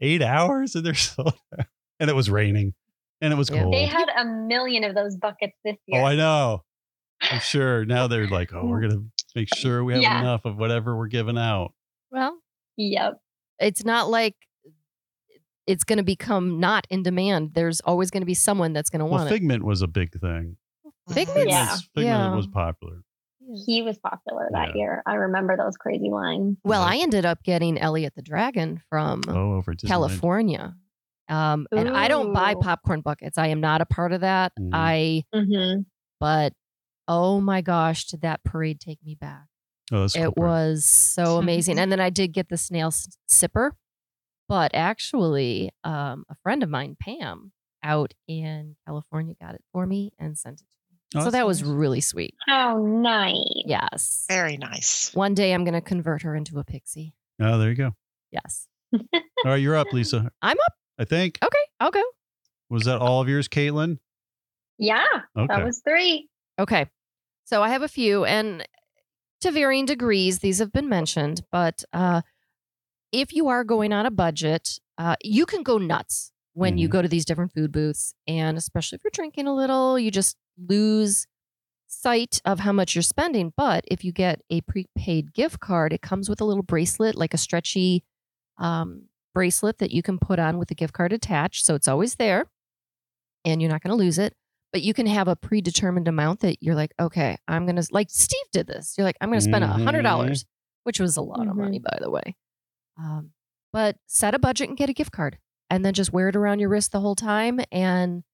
[SPEAKER 2] eight hours, and they're [LAUGHS] sold out." And it was raining, and it was
[SPEAKER 1] Yeah.
[SPEAKER 2] cold.
[SPEAKER 4] They had a million of those buckets this year.
[SPEAKER 2] Oh, I know. I'm sure. Now they're like, "Oh, we're gonna make sure we have
[SPEAKER 4] Yeah.
[SPEAKER 2] enough of whatever we're giving out."
[SPEAKER 1] Well,
[SPEAKER 4] yep.
[SPEAKER 1] it's not like it's going to become not in demand. There's always going to be someone that's going to
[SPEAKER 2] Well,
[SPEAKER 1] want
[SPEAKER 2] Figment was a big thing.
[SPEAKER 3] Mm-hmm.
[SPEAKER 1] Figment?
[SPEAKER 2] Figment's,
[SPEAKER 4] Yeah.
[SPEAKER 2] Figment
[SPEAKER 1] Yeah.
[SPEAKER 2] was popular.
[SPEAKER 1] it.
[SPEAKER 4] He was popular that
[SPEAKER 2] Yeah.
[SPEAKER 4] year. I remember those crazy lines.
[SPEAKER 1] Well, I ended up getting Elliot the Dragon from
[SPEAKER 2] Oh, over Disneyland.
[SPEAKER 1] California. Um, and I don't buy
[SPEAKER 4] Ooh.
[SPEAKER 1] popcorn buckets. I am not a part of that.
[SPEAKER 2] Mhm.
[SPEAKER 1] I,
[SPEAKER 4] Mm-hmm.
[SPEAKER 1] but oh my gosh, did that parade take me back?
[SPEAKER 2] Oh, that's cool
[SPEAKER 1] it
[SPEAKER 2] part.
[SPEAKER 1] was so amazing. and then I did get the snail s- sipper, but actually, um, a friend of mine, Pam, out in California, got it for me and sent it to me.
[SPEAKER 2] Oh,
[SPEAKER 1] so
[SPEAKER 2] that's
[SPEAKER 1] that was
[SPEAKER 2] nice.
[SPEAKER 1] really sweet.
[SPEAKER 4] How nice.
[SPEAKER 1] Yes.
[SPEAKER 3] Very nice.
[SPEAKER 1] One day I'm going to convert her into a pixie.
[SPEAKER 2] Oh, there you go.
[SPEAKER 1] Yes.
[SPEAKER 2] All right, you're up, Lisa.
[SPEAKER 1] I'm up. Oh.
[SPEAKER 2] I think.
[SPEAKER 1] Okay. I'll go.
[SPEAKER 2] Was that all of yours, Caitlin?
[SPEAKER 4] Yeah,
[SPEAKER 2] Okay.
[SPEAKER 4] that was three.
[SPEAKER 1] Okay. So I have a few, and to varying degrees, these have been mentioned. But uh, if you are going on a budget, uh, you can go nuts when you
[SPEAKER 2] Mhm.
[SPEAKER 1] go to these different food booths. And especially if you're drinking a little, you just lose sight of how much you're spending. But if you get a prepaid gift card, it comes with a little bracelet, like a stretchy um, bracelet that you can put on with the gift card attached. So it's always there and you're not going to lose it. But you can have a predetermined amount that you're like, okay, I'm going to, like Steve did this. You're like, I'm going to spend a $100, dollars which was a lot of
[SPEAKER 4] Mhm.
[SPEAKER 1] money, by the way. Um, but set a budget and get a gift card and then just wear it around your wrist the whole time. And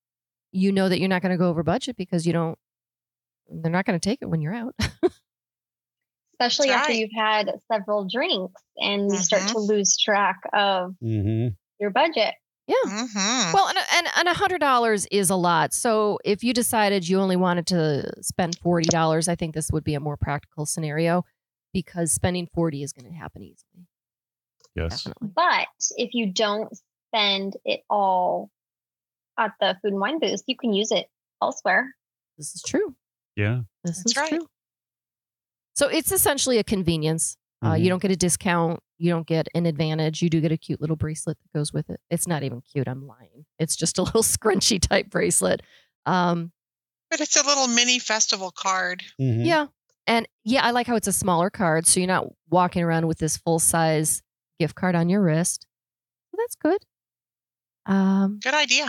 [SPEAKER 1] you know that you're not going to go over budget because you don't, they're not going to take it when you're out.
[SPEAKER 4] Especially
[SPEAKER 3] That's
[SPEAKER 4] after
[SPEAKER 3] right.
[SPEAKER 4] you've had several drinks and you start
[SPEAKER 3] Mhm.
[SPEAKER 4] to lose track of
[SPEAKER 2] Mm-hmm.
[SPEAKER 4] your budget.
[SPEAKER 3] Mm-hmm.
[SPEAKER 1] Well, and and and a hundred dollars is a lot. So if you decided you only wanted to spend forty dollars, I think this would be a more practical scenario because spending forty is going to happen easily.
[SPEAKER 2] Yes.
[SPEAKER 1] Definitely.
[SPEAKER 4] But if you don't spend it all at the food and wine booth, you can use it elsewhere.
[SPEAKER 1] This is true.
[SPEAKER 2] Yeah.
[SPEAKER 1] This
[SPEAKER 3] That's
[SPEAKER 1] is
[SPEAKER 3] right.
[SPEAKER 1] true. So it's essentially a convenience. Uh, you
[SPEAKER 2] Mhm.
[SPEAKER 1] don't get a discount. You don't get an advantage. You do get a cute little bracelet that goes with it. It's not even cute. I'm lying. It's just a little [LAUGHS] scrunchy type bracelet. Um,
[SPEAKER 3] But it's a little mini festival card.
[SPEAKER 2] Mhm.
[SPEAKER 1] Yeah. And yeah, I like how it's a smaller card. So you're not walking around with this full size gift card on your wrist. So that's good. Um,
[SPEAKER 3] Good idea.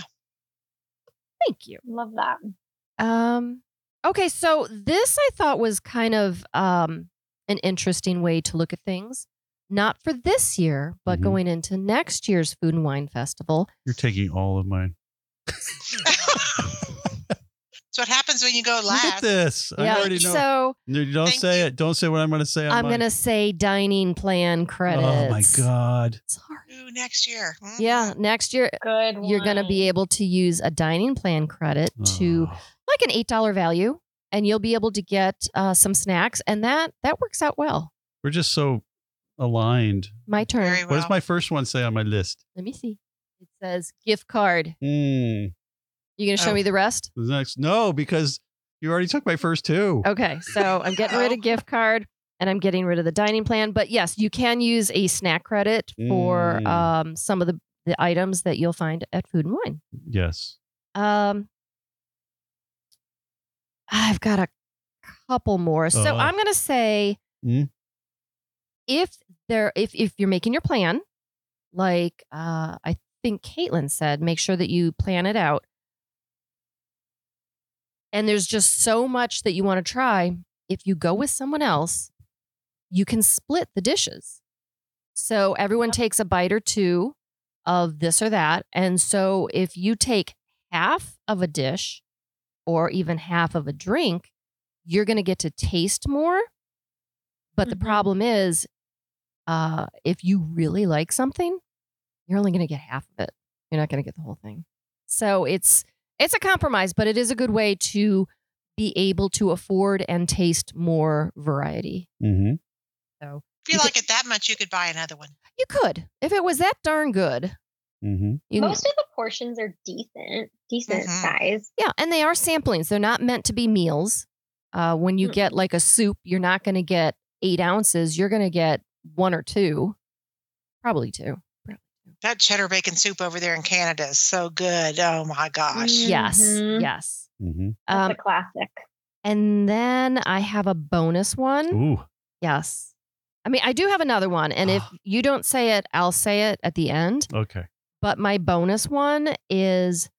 [SPEAKER 1] thank you.
[SPEAKER 4] Love that.
[SPEAKER 1] Um, okay. So this I thought was kind of um, an interesting way to look at things. Not for this year, but
[SPEAKER 2] Mhm.
[SPEAKER 1] going into next year's Food and Wine Festival.
[SPEAKER 2] You're taking all of mine.
[SPEAKER 3] That's what happens when you go
[SPEAKER 2] Look at
[SPEAKER 3] last.
[SPEAKER 2] this. I already know.
[SPEAKER 1] So
[SPEAKER 2] No, you don't
[SPEAKER 3] Thank
[SPEAKER 2] say
[SPEAKER 3] you.
[SPEAKER 2] it. Don't say what I'm going to say. on
[SPEAKER 1] I'm
[SPEAKER 2] mine.
[SPEAKER 1] going to say dining plan credits.
[SPEAKER 2] Oh my god.
[SPEAKER 1] Sorry.
[SPEAKER 3] Ooh, next year. Mhm.
[SPEAKER 1] Yeah. Next year,
[SPEAKER 4] Good.
[SPEAKER 1] you're going to be
[SPEAKER 4] one.
[SPEAKER 1] able to use a dining plan credit to
[SPEAKER 2] Oh.
[SPEAKER 1] like an eight dollar value, and you'll be able to get uh, some snacks, and that that works out well.
[SPEAKER 2] We're just so aligned.
[SPEAKER 1] My turn.
[SPEAKER 3] Very
[SPEAKER 2] What does
[SPEAKER 3] well.
[SPEAKER 2] my first one say on my list?
[SPEAKER 1] Let me see. It says gift card.
[SPEAKER 2] Mm.
[SPEAKER 1] You gonna show
[SPEAKER 3] Oh.
[SPEAKER 1] me the rest?
[SPEAKER 2] The next, no, because You already took my first two.
[SPEAKER 1] Okay, so I'm getting
[SPEAKER 3] [LAUGHS] Oh.
[SPEAKER 1] rid of gift card and I'm getting rid of the dining plan. But yes, you can use a snack credit for
[SPEAKER 2] Mm.
[SPEAKER 1] um, some of the, the items that you'll find at Food and Wine.
[SPEAKER 2] Yes.
[SPEAKER 1] Um, I've got a couple more, so
[SPEAKER 2] Oh.
[SPEAKER 1] I'm gonna say
[SPEAKER 2] Mm.
[SPEAKER 1] if there, if if you're making your plan, like uh, I think Caitlin said, make sure that you plan it out. And there's just so much that you want to try. If you go with someone else, you can split the dishes. So everyone takes a bite or two of this or that. And so if you take half of a dish or even half of a drink, you're going to get to taste more. But the
[SPEAKER 4] Mhm.
[SPEAKER 1] problem is, uh, if you really like something, you're only going to get half of it. You're not going to get the whole thing. So it's it's a compromise, but it is a good way to be able to afford and taste more variety.
[SPEAKER 2] Mm-hmm.
[SPEAKER 3] If you
[SPEAKER 1] You
[SPEAKER 3] like it that much, you could buy another one.
[SPEAKER 1] You could, if it was that darn good.
[SPEAKER 2] Mm-hmm.
[SPEAKER 1] You
[SPEAKER 4] Most of the portions are decent, decent
[SPEAKER 3] Mhm.
[SPEAKER 4] size.
[SPEAKER 1] Yeah, and they are samplings. They're not meant to be meals. Uh, when
[SPEAKER 2] Hmm.
[SPEAKER 1] you get like a soup, you're not going to get eight ounces. You're going to get one or two, probably two.
[SPEAKER 3] That cheddar bacon soup over there in Canada is so good. Oh my gosh.
[SPEAKER 4] Mm.
[SPEAKER 1] Yes,
[SPEAKER 4] Mhm.
[SPEAKER 1] yes.
[SPEAKER 2] Mm-hmm.
[SPEAKER 4] That's
[SPEAKER 1] Um,
[SPEAKER 4] a classic.
[SPEAKER 1] and then I have a bonus one.
[SPEAKER 2] Ooh.
[SPEAKER 1] Yes. I mean, I do have another one. And
[SPEAKER 2] [GASPS]
[SPEAKER 1] if you don't say it, I'll say it at the end.
[SPEAKER 2] Okay.
[SPEAKER 1] But my bonus one is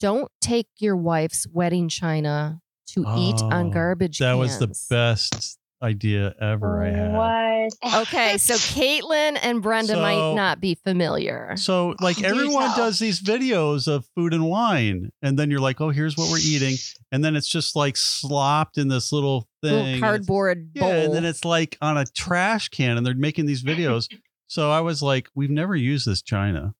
[SPEAKER 1] don't take your wife's wedding china to eat
[SPEAKER 2] Oh,
[SPEAKER 1] on garbage
[SPEAKER 2] That was the
[SPEAKER 1] cans.
[SPEAKER 2] best idea ever I had.
[SPEAKER 4] What?
[SPEAKER 2] Mm.
[SPEAKER 3] [LAUGHS]
[SPEAKER 1] Okay,
[SPEAKER 2] [LAUGHS]
[SPEAKER 1] so Caitlin and Brenda might
[SPEAKER 2] So-
[SPEAKER 1] not be familiar.
[SPEAKER 2] So, like,
[SPEAKER 3] Oh,
[SPEAKER 2] everyone
[SPEAKER 3] no.
[SPEAKER 2] does these videos of food and wine, and then you're like, oh, here's what we're eating. And then it's just like slopped in this little thing. and
[SPEAKER 1] Little
[SPEAKER 2] it's-
[SPEAKER 1] cardboard
[SPEAKER 2] yeah,
[SPEAKER 1] bowl.
[SPEAKER 2] and then it's like on a trash can, and they're making
[SPEAKER 1] [LAUGHS]
[SPEAKER 2] these videos. so I was like, we've never used this china.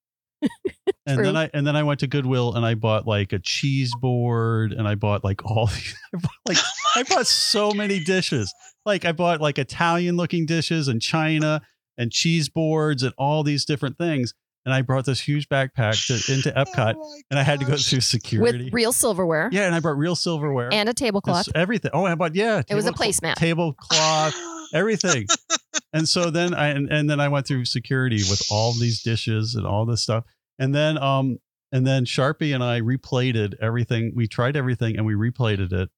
[SPEAKER 2] And
[SPEAKER 1] True.
[SPEAKER 2] then I and then I went to Goodwill and I bought like a cheese board and I bought like all [LAUGHS] these I bought, like I bought
[SPEAKER 3] [LAUGHS]
[SPEAKER 2] so many dishes. Like I bought like Italian looking dishes and china and cheese boards and all these different things. And I brought this huge backpack to, into Epcot
[SPEAKER 3] Oh
[SPEAKER 2] and I had to go
[SPEAKER 3] [LAUGHS]
[SPEAKER 2] through security.
[SPEAKER 1] with real silverware
[SPEAKER 2] yeah, and I brought real silverware
[SPEAKER 1] and a
[SPEAKER 2] and
[SPEAKER 1] tablecloth.
[SPEAKER 2] s- everything. Oh, I bought yeah.
[SPEAKER 1] It was a
[SPEAKER 2] tablecloth-
[SPEAKER 1] placemat.
[SPEAKER 2] Tablecloth,
[SPEAKER 1] [LAUGHS]
[SPEAKER 2] everything. and so then I and, and then I went through security with all these dishes and all this stuff. And then um and then Sharpie and I replated everything. We tried everything and we replated it.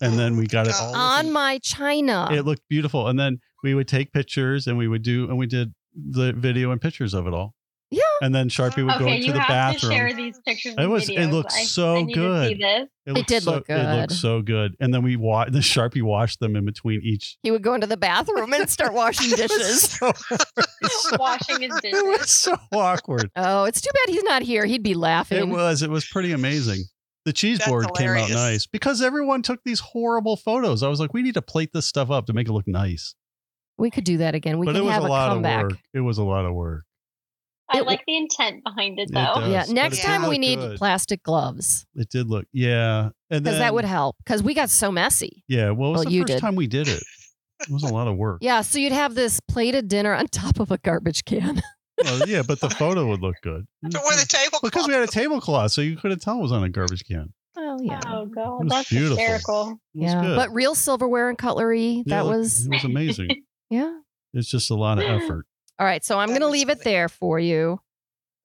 [SPEAKER 2] And then
[SPEAKER 1] [LAUGHS]
[SPEAKER 2] we got it all
[SPEAKER 1] on my china.
[SPEAKER 2] It looked beautiful. And then we would take pictures and we would do and we did the video and pictures of it all.
[SPEAKER 1] Yeah.
[SPEAKER 2] And then Sharpie would go
[SPEAKER 4] Okay,
[SPEAKER 2] into
[SPEAKER 4] you
[SPEAKER 2] the
[SPEAKER 4] have
[SPEAKER 2] bathroom.
[SPEAKER 4] to share these pictures.
[SPEAKER 2] It was- it
[SPEAKER 4] and videos.
[SPEAKER 2] looks
[SPEAKER 4] I,
[SPEAKER 2] so
[SPEAKER 4] I need To see
[SPEAKER 2] good.
[SPEAKER 4] this.
[SPEAKER 1] It
[SPEAKER 2] looked
[SPEAKER 1] did
[SPEAKER 2] so,
[SPEAKER 1] look
[SPEAKER 2] It looked
[SPEAKER 1] good.
[SPEAKER 2] so good. And then we wa- [LAUGHS] the Sharpie washed them in between each
[SPEAKER 1] he would go into the bathroom and start washing
[SPEAKER 2] [LAUGHS] It was
[SPEAKER 1] dishes.
[SPEAKER 2] so- it was [LAUGHS] so-
[SPEAKER 4] Washing his dishes.
[SPEAKER 2] it was so awkward.
[SPEAKER 1] Oh, it's too bad he's not here. He'd be laughing.
[SPEAKER 2] It was. It was pretty amazing. The cheese
[SPEAKER 3] That's
[SPEAKER 2] board came out
[SPEAKER 3] hilarious.
[SPEAKER 2] nice because everyone took these horrible photos. I was like, we need to plate this stuff up to make it look nice.
[SPEAKER 1] We could do that again. We
[SPEAKER 2] but
[SPEAKER 1] could
[SPEAKER 2] it was
[SPEAKER 1] have
[SPEAKER 2] a lot
[SPEAKER 1] comeback.
[SPEAKER 2] of work. It was a lot of work.
[SPEAKER 4] I
[SPEAKER 1] It-
[SPEAKER 4] like the intent behind it
[SPEAKER 2] It
[SPEAKER 4] though.
[SPEAKER 2] does.
[SPEAKER 1] Yeah,
[SPEAKER 2] Yes, but
[SPEAKER 1] next
[SPEAKER 3] it
[SPEAKER 1] time
[SPEAKER 2] did
[SPEAKER 1] we
[SPEAKER 2] look
[SPEAKER 1] need
[SPEAKER 2] good.
[SPEAKER 1] plastic gloves
[SPEAKER 2] It did look, yeah. And
[SPEAKER 1] because
[SPEAKER 2] then,
[SPEAKER 1] that would help because we got so messy.
[SPEAKER 2] Yeah. Well, it was
[SPEAKER 1] Well,
[SPEAKER 2] the
[SPEAKER 1] you
[SPEAKER 2] first
[SPEAKER 1] did.
[SPEAKER 2] time we
[SPEAKER 1] [LAUGHS]
[SPEAKER 2] did it. It was a lot of work.
[SPEAKER 1] Yeah, so you'd have this plated dinner on top of a garbage can. [LAUGHS]
[SPEAKER 2] Well, yeah, but the photo would look good. Mm,
[SPEAKER 3] But where the table
[SPEAKER 2] because we had a tablecloth, so you couldn't tell it was on a garbage can.
[SPEAKER 1] Oh yeah.
[SPEAKER 4] Oh
[SPEAKER 2] It was
[SPEAKER 4] god, that's
[SPEAKER 2] beautiful.
[SPEAKER 4] hysterical.
[SPEAKER 2] It was
[SPEAKER 1] yeah.
[SPEAKER 2] good.
[SPEAKER 1] But real silverware and cutlery,
[SPEAKER 2] Yeah,
[SPEAKER 1] that
[SPEAKER 2] it looked-
[SPEAKER 1] was
[SPEAKER 2] it was amazing.
[SPEAKER 1] [LAUGHS] yeah.
[SPEAKER 2] It's just a lot of effort.
[SPEAKER 1] All right, so I'm
[SPEAKER 3] That
[SPEAKER 1] going to
[SPEAKER 3] was
[SPEAKER 1] leave it
[SPEAKER 3] great.
[SPEAKER 1] there for you.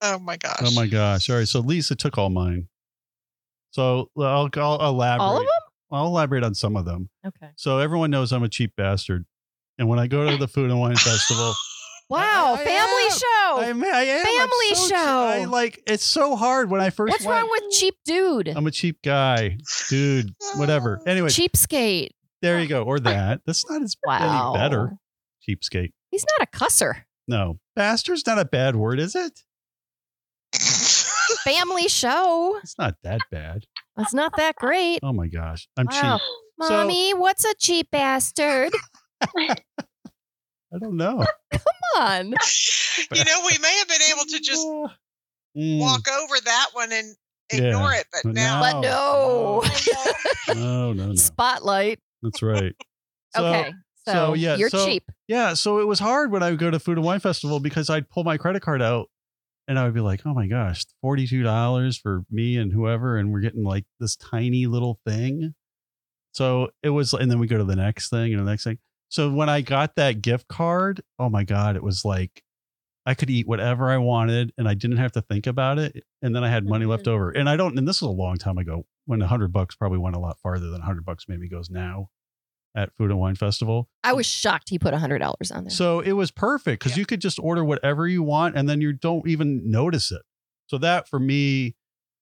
[SPEAKER 3] oh my gosh.
[SPEAKER 2] Oh my gosh! All right, so Lisa took all mine. So I'll, I'll elaborate.
[SPEAKER 1] All of them?
[SPEAKER 2] I'll elaborate on some of them.
[SPEAKER 1] Okay.
[SPEAKER 2] So everyone knows I'm a cheap bastard, and when I go to the food and
[SPEAKER 1] [LAUGHS]
[SPEAKER 2] wine festival,
[SPEAKER 1] Wow,
[SPEAKER 2] I- I
[SPEAKER 1] family
[SPEAKER 2] am.
[SPEAKER 1] show.
[SPEAKER 2] Oh, I'm, I am I'm
[SPEAKER 1] Oh, Family
[SPEAKER 2] so-
[SPEAKER 1] show.
[SPEAKER 2] I, like it's so hard when I first.
[SPEAKER 1] What's
[SPEAKER 2] went.
[SPEAKER 1] wrong with Oh, cheap dude?
[SPEAKER 2] I'm a cheap guy, dude. Whatever. Anyway,
[SPEAKER 1] Cheapskate.
[SPEAKER 2] there you go. Or that. That's not as
[SPEAKER 1] Wow.
[SPEAKER 2] any better. Cheapskate.
[SPEAKER 1] He's not a cusser.
[SPEAKER 2] No, bastard's not a bad word, is it?
[SPEAKER 1] Family show.
[SPEAKER 2] It's not that bad.
[SPEAKER 1] That's not that great.
[SPEAKER 2] Oh my gosh, I'm
[SPEAKER 1] Wow.
[SPEAKER 2] cheap. So-
[SPEAKER 1] Mommy, what's a cheap bastard?
[SPEAKER 2] I don't know.
[SPEAKER 1] Come
[SPEAKER 2] [LAUGHS]
[SPEAKER 1] on.
[SPEAKER 3] [LAUGHS] you know, we may have been able to just
[SPEAKER 2] Mm.
[SPEAKER 3] walk over that one and
[SPEAKER 2] Yeah.
[SPEAKER 3] ignore it, but
[SPEAKER 2] But
[SPEAKER 3] now Oh
[SPEAKER 1] But no.
[SPEAKER 3] [LAUGHS]
[SPEAKER 2] Mm, No, Oh, no, no.
[SPEAKER 1] Spotlight.
[SPEAKER 2] That's right.
[SPEAKER 1] [LAUGHS]
[SPEAKER 2] So,
[SPEAKER 1] okay. So,
[SPEAKER 2] so, yeah,
[SPEAKER 1] you're
[SPEAKER 2] so-
[SPEAKER 1] cheap.
[SPEAKER 2] Yeah. So it was hard when I would go to Food and Wine Festival because I'd pull my credit card out And I would be like, oh my gosh, $42 for me and whoever. And we're getting like this tiny little thing. So it was, and then we go to the next thing and the next thing. So when I got that gift card, oh my God, it was like I could eat whatever I wanted and I didn't have to think about it. And then I had money left over. And I don't, and this was a long time ago when a hundred bucks probably went a lot farther than a hundred bucks maybe goes now at Food and Wine Festival.
[SPEAKER 1] I was shocked he put $100 on there.
[SPEAKER 2] So it was perfect because
[SPEAKER 3] Yeah.
[SPEAKER 2] you could just order whatever you want and then you don't even notice it. So that for me,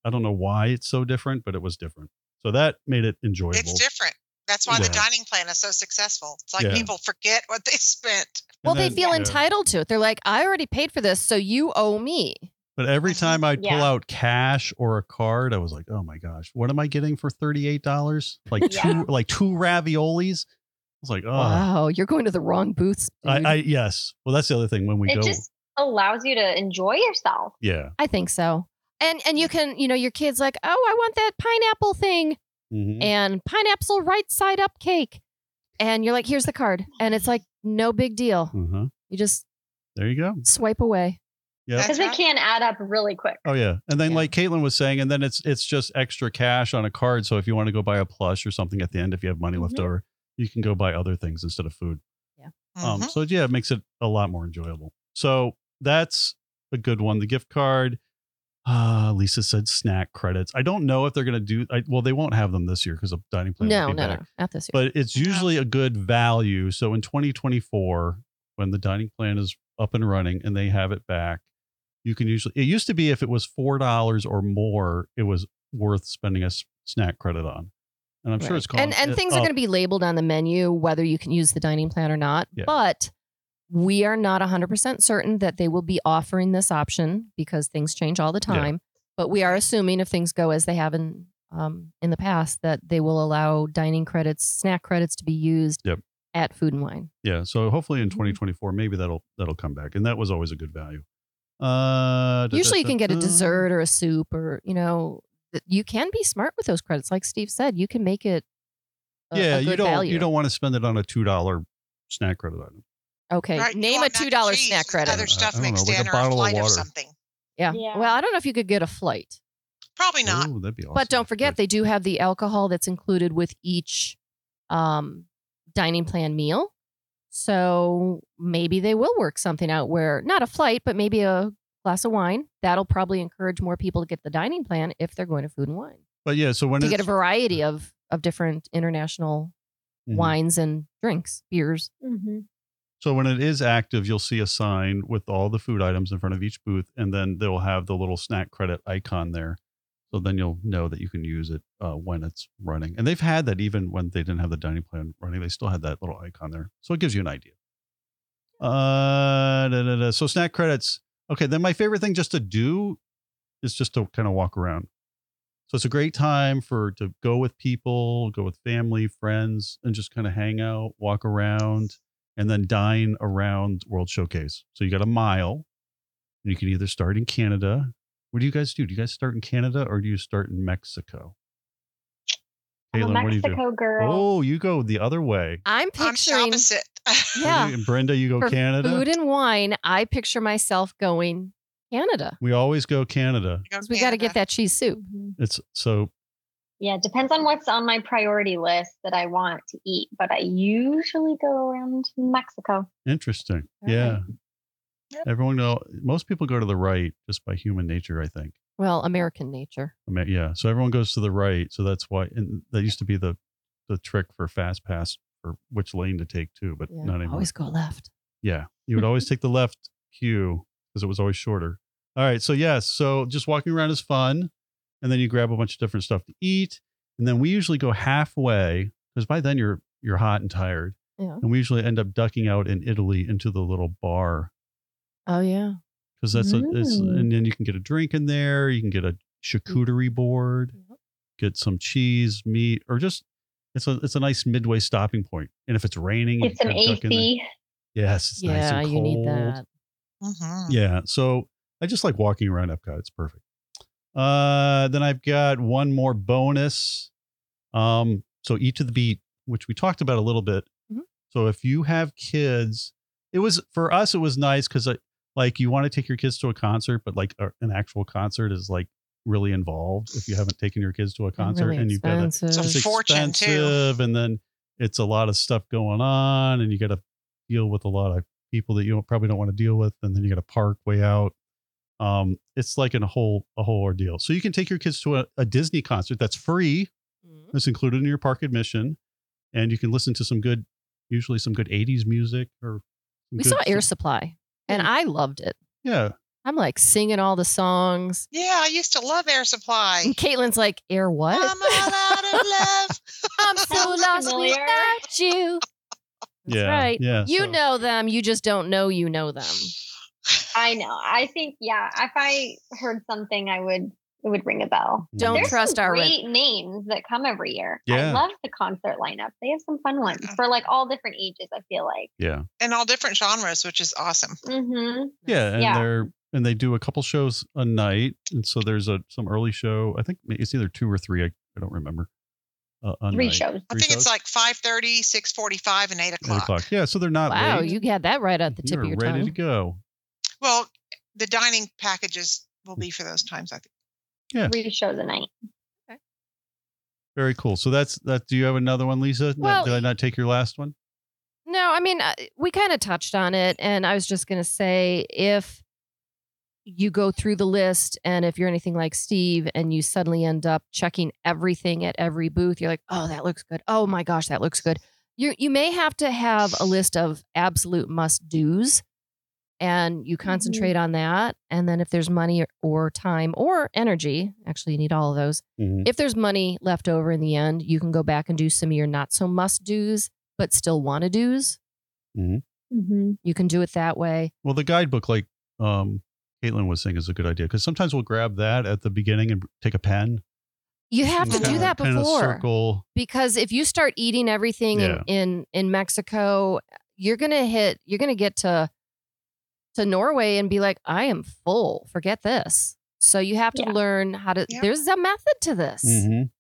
[SPEAKER 2] I don't know why it's so different, but it was different. So that made it enjoyable.
[SPEAKER 3] It's different. That's why the
[SPEAKER 2] Yeah.
[SPEAKER 3] dining plan is so successful. It's like
[SPEAKER 2] Yeah.
[SPEAKER 3] people forget what they [LAUGHS] spent.
[SPEAKER 1] well,
[SPEAKER 2] And
[SPEAKER 1] they
[SPEAKER 2] then-
[SPEAKER 1] feel
[SPEAKER 2] yeah.
[SPEAKER 1] entitled to it. They're like, I already paid for this, so you owe me.
[SPEAKER 2] But every
[SPEAKER 3] Mhm.
[SPEAKER 2] time I'd pull
[SPEAKER 4] Yeah.
[SPEAKER 2] out cash or a card, I was like, oh my gosh, what am I getting for $38? Like two,
[SPEAKER 4] Yeah.
[SPEAKER 2] like two raviolis. I was like, oh,
[SPEAKER 1] Wow, you're going to the wrong booths.
[SPEAKER 2] I,
[SPEAKER 1] dude.
[SPEAKER 2] I, yes. Well, that's the other thing when we
[SPEAKER 4] it
[SPEAKER 2] go.
[SPEAKER 4] just allows you to enjoy yourself.
[SPEAKER 2] yeah.
[SPEAKER 1] I think so. And and you can, you know, your kids like, "Oh, I want that pineapple thing."
[SPEAKER 2] Mhm.
[SPEAKER 1] And pineapple right side up cake. And you're like, "Here's the card." And it's like, "No big deal."
[SPEAKER 2] Uh-huh.
[SPEAKER 1] You just
[SPEAKER 2] There you go.
[SPEAKER 1] swipe away.
[SPEAKER 2] Yep.
[SPEAKER 4] Because
[SPEAKER 3] That's
[SPEAKER 4] it
[SPEAKER 3] right.
[SPEAKER 4] can add up really quick.
[SPEAKER 2] Oh yeah, and then
[SPEAKER 1] Yeah.
[SPEAKER 2] like Caitlin was saying, and then it's it's just extra cash on a card. So if you want to go buy a plush or something at the end, if you have money left
[SPEAKER 1] Mhm.
[SPEAKER 2] over, you can go buy other things instead of food. Um,
[SPEAKER 1] Mm-hmm.
[SPEAKER 3] Mhm.
[SPEAKER 2] so yeah, it makes it a lot more enjoyable. So that's a good one. The gift card. Uh, Lisa said snack credits. I don't know if they're gonna do. I, well, they won't have them this year because of dining plan.
[SPEAKER 1] No,
[SPEAKER 2] will
[SPEAKER 1] no,
[SPEAKER 2] be back
[SPEAKER 1] no. Not this year.
[SPEAKER 2] but it's usually a good value. So in 2024, when the dining plan is up and running and they have it back, you can usually, it used to be if it was $4 or more, it was worth spending a s- snack credit on. And I'm sure
[SPEAKER 1] Right.
[SPEAKER 2] it's uh, called. oh.
[SPEAKER 1] And and things are going to be labeled on the menu whether you can use the dining plan or not.
[SPEAKER 2] Yeah.
[SPEAKER 1] But we are not 100% certain that they will be offering this option because things change all the
[SPEAKER 2] Yeah.
[SPEAKER 1] time. But we are assuming if things go as they have in um, in the past that they will allow dining credits, snack credits to be used
[SPEAKER 2] Yep.
[SPEAKER 1] at Food and Wine.
[SPEAKER 2] Yeah. So hopefully
[SPEAKER 1] Mm-hmm.
[SPEAKER 2] in 2024, maybe that'll, that'll come back. And that was always a good value. Uh, da-
[SPEAKER 1] Usually you
[SPEAKER 2] da-
[SPEAKER 1] can
[SPEAKER 2] da-
[SPEAKER 1] get a
[SPEAKER 2] da.
[SPEAKER 1] dessert or a soup or, you know, th- you can be smart with those credits. Like Steve said, you can make it a, a
[SPEAKER 2] yeah.
[SPEAKER 1] good
[SPEAKER 2] you don't,
[SPEAKER 1] value.
[SPEAKER 2] you don't want to spend it on a $2 snack credit item.
[SPEAKER 1] Okay.
[SPEAKER 3] Right, you
[SPEAKER 1] Name a
[SPEAKER 3] want mac and
[SPEAKER 1] $2
[SPEAKER 3] cheese
[SPEAKER 1] snack
[SPEAKER 3] with
[SPEAKER 1] credit.
[SPEAKER 2] I
[SPEAKER 3] Other stuff
[SPEAKER 2] don't know,
[SPEAKER 3] mixed
[SPEAKER 2] like a
[SPEAKER 3] in, or a
[SPEAKER 2] bottle of
[SPEAKER 3] flight of
[SPEAKER 2] water.
[SPEAKER 3] something.
[SPEAKER 1] yeah.
[SPEAKER 4] Yeah.
[SPEAKER 1] Well, I don't know if you could get a flight.
[SPEAKER 3] Probably not.
[SPEAKER 2] Ooh, that'd be awesome.
[SPEAKER 1] But don't forget, they do have the alcohol that's included with each um, dining plan meal. So maybe they will work something out where not a flight, but maybe a glass of wine. That'll probably encourage more people to get the dining plan if they're going to food and wine
[SPEAKER 2] But yeah, so when
[SPEAKER 1] to
[SPEAKER 2] it's,
[SPEAKER 1] get a variety of of different international
[SPEAKER 2] Mhm.
[SPEAKER 1] wines and drinks, beers.
[SPEAKER 4] Mm-hmm.
[SPEAKER 2] So when it is active, you'll see a sign with all the food items in front of each booth, and then they'll have the little snack credit icon there. So then you'll know that you can use it uh, when it's running. And they've had that even when they didn't have the dining plan running, they still had that little icon there. So it gives you an idea. Uh, da, da, da. So snack credits. Okay, then my favorite thing just to do is just to kind of walk around. So it's a great time for to go with people, go with family, friends, and just kind of hang out, walk around and then dine around World Showcase. So you got a mile, and you can either start in Canada. What do you guys do? Do you guys start in Canada or do you start in Mexico?
[SPEAKER 4] I'm a
[SPEAKER 2] Caitlin, what do you do?
[SPEAKER 4] Mexico girl.
[SPEAKER 2] Oh, you go the other way.
[SPEAKER 1] I'm
[SPEAKER 3] I'm the
[SPEAKER 1] picturing
[SPEAKER 3] [LAUGHS] opposite.
[SPEAKER 1] yeah,
[SPEAKER 2] You- and Brenda, you go
[SPEAKER 1] For
[SPEAKER 2] Canada.
[SPEAKER 1] food and wine. I picture myself going Canada.
[SPEAKER 2] we always go Canada.
[SPEAKER 1] 'Cause We got to get that cheese soup.
[SPEAKER 4] Mhm.
[SPEAKER 2] It's so
[SPEAKER 4] Yeah, depends on what's on my priority list that I want to eat, but I usually go around Mexico.
[SPEAKER 2] interesting.
[SPEAKER 1] All
[SPEAKER 2] yeah.
[SPEAKER 1] right.
[SPEAKER 3] Yep.
[SPEAKER 2] Everyone go most people go to the right just by human nature, I think.
[SPEAKER 1] Well, American nature.
[SPEAKER 2] I mean, yeah. So everyone goes to the right. So that's why, and that used to be the the trick for fast pass for which lane to take too, but
[SPEAKER 1] Yeah.
[SPEAKER 2] not anymore.
[SPEAKER 1] Always go left.
[SPEAKER 2] yeah, you would always take the left queue because it was always shorter. All right. So yes. so just walking around is fun, and then you grab a bunch of different stuff to eat, and then we usually go halfway because by then you're you're hot and tired,
[SPEAKER 1] Yeah.
[SPEAKER 2] and we usually end up ducking out in Italy into the little bar
[SPEAKER 1] Oh yeah.
[SPEAKER 2] because that's a it's,
[SPEAKER 4] Mm.
[SPEAKER 2] and then you can get a drink in there. You can get a charcuterie board,
[SPEAKER 1] Mm. Yep.
[SPEAKER 2] get some cheese, meat, or just it's a it's a nice midway stopping point. And if it's raining, you
[SPEAKER 4] Get some
[SPEAKER 2] can duck in there.
[SPEAKER 4] AC.
[SPEAKER 2] Yes, it's
[SPEAKER 1] yeah,
[SPEAKER 2] nice and cold.
[SPEAKER 1] you need that.
[SPEAKER 3] Mm-hmm.
[SPEAKER 2] Yeah, so I just like walking around Epcot. It's perfect. Uh, then I've got one more bonus. Um, so eat to the beat, which we talked about a little bit.
[SPEAKER 1] Mhm.
[SPEAKER 2] So if you have kids, it was for us. It was nice because like you want to take your kids to a concert, but like a, an actual concert is like really involved if you haven't taken your kids to a concert
[SPEAKER 1] really
[SPEAKER 2] and you've got to
[SPEAKER 1] expensive.
[SPEAKER 3] Some
[SPEAKER 2] it's
[SPEAKER 3] fortune, too.
[SPEAKER 2] expensive, and then it's a lot of stuff going on and you got to deal with a lot of people that you don't, probably don't want to deal with and then you got to park way out um it's like in a whole a whole ordeal so you can take your kids to a, a disney concert that's free
[SPEAKER 1] Mhm.
[SPEAKER 2] that's included in your park admission and you can listen to some good usually some good 80s music or some
[SPEAKER 1] We
[SPEAKER 2] good-
[SPEAKER 1] saw Air Supply, and I loved it.
[SPEAKER 2] yeah
[SPEAKER 1] I'm like singing all the songs.
[SPEAKER 3] Yeah, I used to love Air Supply.
[SPEAKER 1] And Caitlin's like, Air what?
[SPEAKER 3] I'm all out of
[SPEAKER 1] [LAUGHS]
[SPEAKER 3] love.
[SPEAKER 1] I'm so
[SPEAKER 4] Sounds
[SPEAKER 1] lost
[SPEAKER 4] familiar.
[SPEAKER 1] without you. That's
[SPEAKER 2] yeah
[SPEAKER 1] right.
[SPEAKER 2] yeah
[SPEAKER 1] You
[SPEAKER 2] so-
[SPEAKER 1] know them. You just don't know you know them.
[SPEAKER 4] I know. I think yeah. If I heard something, I would it would ring a bell.
[SPEAKER 2] Mm.
[SPEAKER 1] Don't
[SPEAKER 4] There's
[SPEAKER 1] trust
[SPEAKER 4] some
[SPEAKER 1] our ren-
[SPEAKER 4] great names that come every year.
[SPEAKER 2] Yeah.
[SPEAKER 4] I love the concert lineup. They have some fun ones
[SPEAKER 3] Yeah.
[SPEAKER 4] for like all different ages. I feel like.
[SPEAKER 2] yeah
[SPEAKER 3] And all different genres, which is awesome.
[SPEAKER 4] Mm-hmm.
[SPEAKER 2] yeah and
[SPEAKER 4] Yeah.
[SPEAKER 2] they're and they do a couple shows a night and so there's a some early show i think it's either two or three i, I don't remember uh, a
[SPEAKER 4] Three
[SPEAKER 2] night.
[SPEAKER 4] shows.
[SPEAKER 3] I
[SPEAKER 2] Three
[SPEAKER 3] think
[SPEAKER 2] shows?
[SPEAKER 3] it's like 5.30, 6.45, and 8
[SPEAKER 2] Eight
[SPEAKER 3] o'clock.
[SPEAKER 2] o'clock yeah so they're not
[SPEAKER 1] Wow,
[SPEAKER 2] late.
[SPEAKER 1] you had that right at the
[SPEAKER 2] You
[SPEAKER 1] tip of
[SPEAKER 2] are
[SPEAKER 1] your
[SPEAKER 2] ready to
[SPEAKER 1] tongue.
[SPEAKER 2] go
[SPEAKER 3] Well, the dining packages will
[SPEAKER 2] Hmm.
[SPEAKER 3] be for those times, I think.
[SPEAKER 2] Yeah.
[SPEAKER 4] Three shows a night.
[SPEAKER 2] Very cool. So that's that. Do you have another one, Lisa? Did-
[SPEAKER 1] Well,
[SPEAKER 2] Did I not take your last one?
[SPEAKER 1] No, I mean, uh, we kind of touched on it. And I was just going to say if you go through the list and if you're anything like Steve and you suddenly end up checking everything at every booth, you're like, oh, that looks good. Oh my gosh, that looks good. You, you may have to have a list of absolute must do's and you concentrate on that. And then if there's money or, or time or energy, actually, you need all of those. If there's money left over in the end, you can go back and do some of your not so must do's, but still want to do's.
[SPEAKER 4] Mm-hmm.
[SPEAKER 1] You can do it that way.
[SPEAKER 2] Well, the guidebook, like um, Caitlin was saying, is a good idea because sometimes we'll grab that at the beginning and take a pen.
[SPEAKER 1] You have
[SPEAKER 2] and
[SPEAKER 1] to do
[SPEAKER 2] kinda-
[SPEAKER 1] that
[SPEAKER 2] kinda
[SPEAKER 1] before
[SPEAKER 2] circle.
[SPEAKER 1] because if you start eating everything
[SPEAKER 2] Yeah.
[SPEAKER 1] in, in in Mexico, you're gonna hit. You're gonna get to to Norway and be like, I am full. Forget this. So you have to
[SPEAKER 4] Yeah.
[SPEAKER 1] learn how to.
[SPEAKER 3] Yeah.
[SPEAKER 1] There's a method to this.
[SPEAKER 2] Mhm.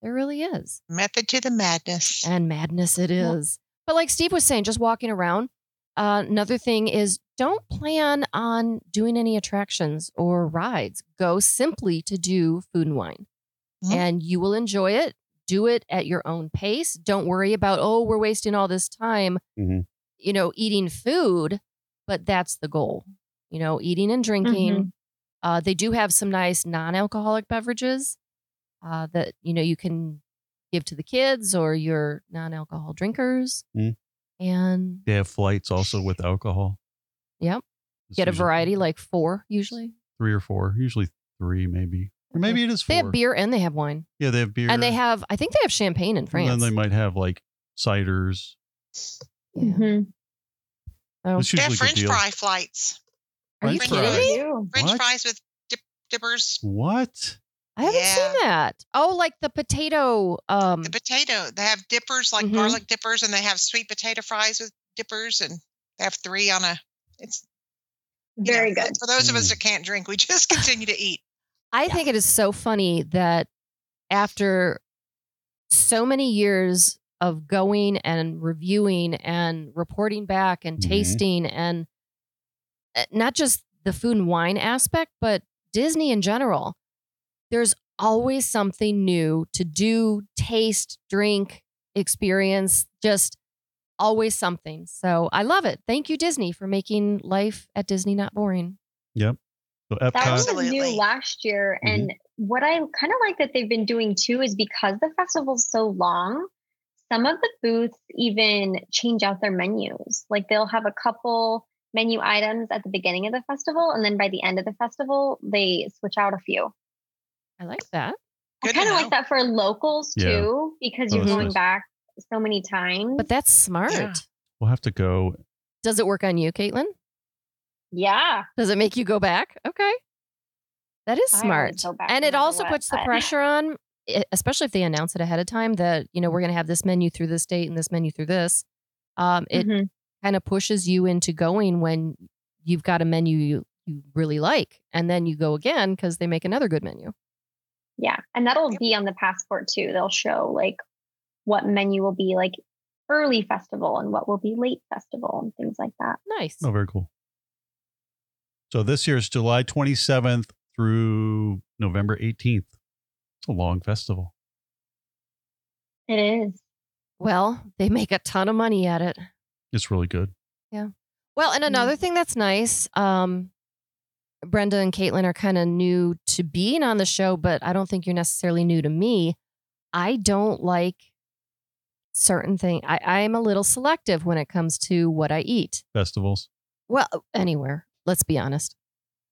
[SPEAKER 1] There really is.
[SPEAKER 3] Method to the madness.
[SPEAKER 1] and madness it
[SPEAKER 3] Yeah.
[SPEAKER 1] is. But like Steve was saying, just walking around. Uh, another thing is don't plan on doing any attractions or rides. Go simply to do food and wine,
[SPEAKER 3] Mhm.
[SPEAKER 1] and you will enjoy it. Do it at your own pace. Don't worry about, oh, we're wasting all this time,
[SPEAKER 2] Mhm.
[SPEAKER 1] you know, eating food, but that's the goal, you know, eating and drinking. Uh, they do have some nice non alcoholic beverages uh, that, you know, you can give to the kids or your non alcohol drinkers.
[SPEAKER 2] Mm.
[SPEAKER 1] And
[SPEAKER 2] They have flights also with alcohol.
[SPEAKER 1] Yep.
[SPEAKER 2] It's
[SPEAKER 1] get a
[SPEAKER 2] usually
[SPEAKER 1] variety, like four usually.
[SPEAKER 2] Three or four, usually three, maybe,
[SPEAKER 3] Mm-hmm.
[SPEAKER 2] or maybe it is four.
[SPEAKER 1] They have beer and they have wine.
[SPEAKER 2] Yeah, they have beer,
[SPEAKER 1] And they have, I think they have champagne in
[SPEAKER 2] And
[SPEAKER 1] France.
[SPEAKER 2] then they might have like ciders.
[SPEAKER 1] Yeah.
[SPEAKER 4] Mm-hmm.
[SPEAKER 1] Oh.
[SPEAKER 2] It's
[SPEAKER 3] They have
[SPEAKER 2] usually good
[SPEAKER 3] French
[SPEAKER 2] deals.
[SPEAKER 3] fry flights.
[SPEAKER 1] Are you
[SPEAKER 2] French
[SPEAKER 1] kidding
[SPEAKER 2] fries.
[SPEAKER 1] me?
[SPEAKER 3] French
[SPEAKER 2] What?
[SPEAKER 3] fries with dip, dippers.
[SPEAKER 2] What?
[SPEAKER 1] I haven't
[SPEAKER 3] Yeah.
[SPEAKER 1] seen that. Oh, like the potato. Um,
[SPEAKER 2] Mm.
[SPEAKER 3] The potato. They have dippers like
[SPEAKER 1] Mhm.
[SPEAKER 3] garlic dippers, and they have sweet potato fries with dippers, and they have three on a. It's you know,
[SPEAKER 4] Very
[SPEAKER 3] for-
[SPEAKER 4] good.
[SPEAKER 3] for those of us
[SPEAKER 2] Mm.
[SPEAKER 3] that can't drink. We [LAUGHS] just continue to eat.
[SPEAKER 1] I think it is so funny that after so many years of going and reviewing and reporting back and
[SPEAKER 2] Mhm.
[SPEAKER 1] tasting and uh, not just the food and wine aspect, but Disney in general, there's always something new to do, taste, drink, experience, just always something. So I love it. Thank you, Disney, for making life at Disney not boring.
[SPEAKER 2] So
[SPEAKER 4] That
[SPEAKER 2] Epcot.
[SPEAKER 4] was
[SPEAKER 3] Absolutely.
[SPEAKER 4] new last year. And what I kind of like that they've been doing too is because the festival's so long, some of the booths even change out their menus. Like they'll have a couple menu items at the beginning of the festival. And then by the end of the festival, they switch out a few.
[SPEAKER 1] I like that.
[SPEAKER 4] I
[SPEAKER 3] Good to
[SPEAKER 4] kind of
[SPEAKER 3] know.
[SPEAKER 4] like that for locals
[SPEAKER 2] Yeah.
[SPEAKER 4] too, because
[SPEAKER 2] Oh,
[SPEAKER 4] you're
[SPEAKER 1] that's
[SPEAKER 4] going
[SPEAKER 2] nice.
[SPEAKER 4] back so many times.
[SPEAKER 1] But that's smart.
[SPEAKER 3] Yeah.
[SPEAKER 2] We'll have to go.
[SPEAKER 1] Does it work on you, Caitlin?
[SPEAKER 4] yeah.
[SPEAKER 1] Does it make you go back? Okay. That is
[SPEAKER 4] I always
[SPEAKER 1] smart.
[SPEAKER 4] go back
[SPEAKER 1] And
[SPEAKER 4] no
[SPEAKER 1] it
[SPEAKER 4] matter
[SPEAKER 1] also
[SPEAKER 4] what,
[SPEAKER 1] puts the
[SPEAKER 4] but-
[SPEAKER 1] pressure on, e- especially if they announce it ahead of time that, you know, we're going to have this menu through this date and this menu through this. Um, it
[SPEAKER 4] Mhm.
[SPEAKER 1] kind of pushes you into going when you've got a menu you, you really like. And then you go again because they make another good menu.
[SPEAKER 4] Yeah. And that'll
[SPEAKER 3] Yep.
[SPEAKER 4] be on the passport too. They'll show like what menu will be like early festival and what will be late festival and things like that.
[SPEAKER 1] Nice.
[SPEAKER 2] Oh, very cool. So this year's July 27th through November 18th. It's a long festival.
[SPEAKER 4] It is.
[SPEAKER 1] Well, they make a ton of money at it.
[SPEAKER 2] It's really good.
[SPEAKER 1] Well, and
[SPEAKER 4] Mm.
[SPEAKER 1] another thing that's nice, um, Brenda and Caitlin are kind of new to being on the show, but I don't think you're necessarily new to me. I don't like certain thing. I, I am a little selective when it comes to what I eat.
[SPEAKER 2] Festivals.
[SPEAKER 1] Well, uh, anywhere. Let's be honest.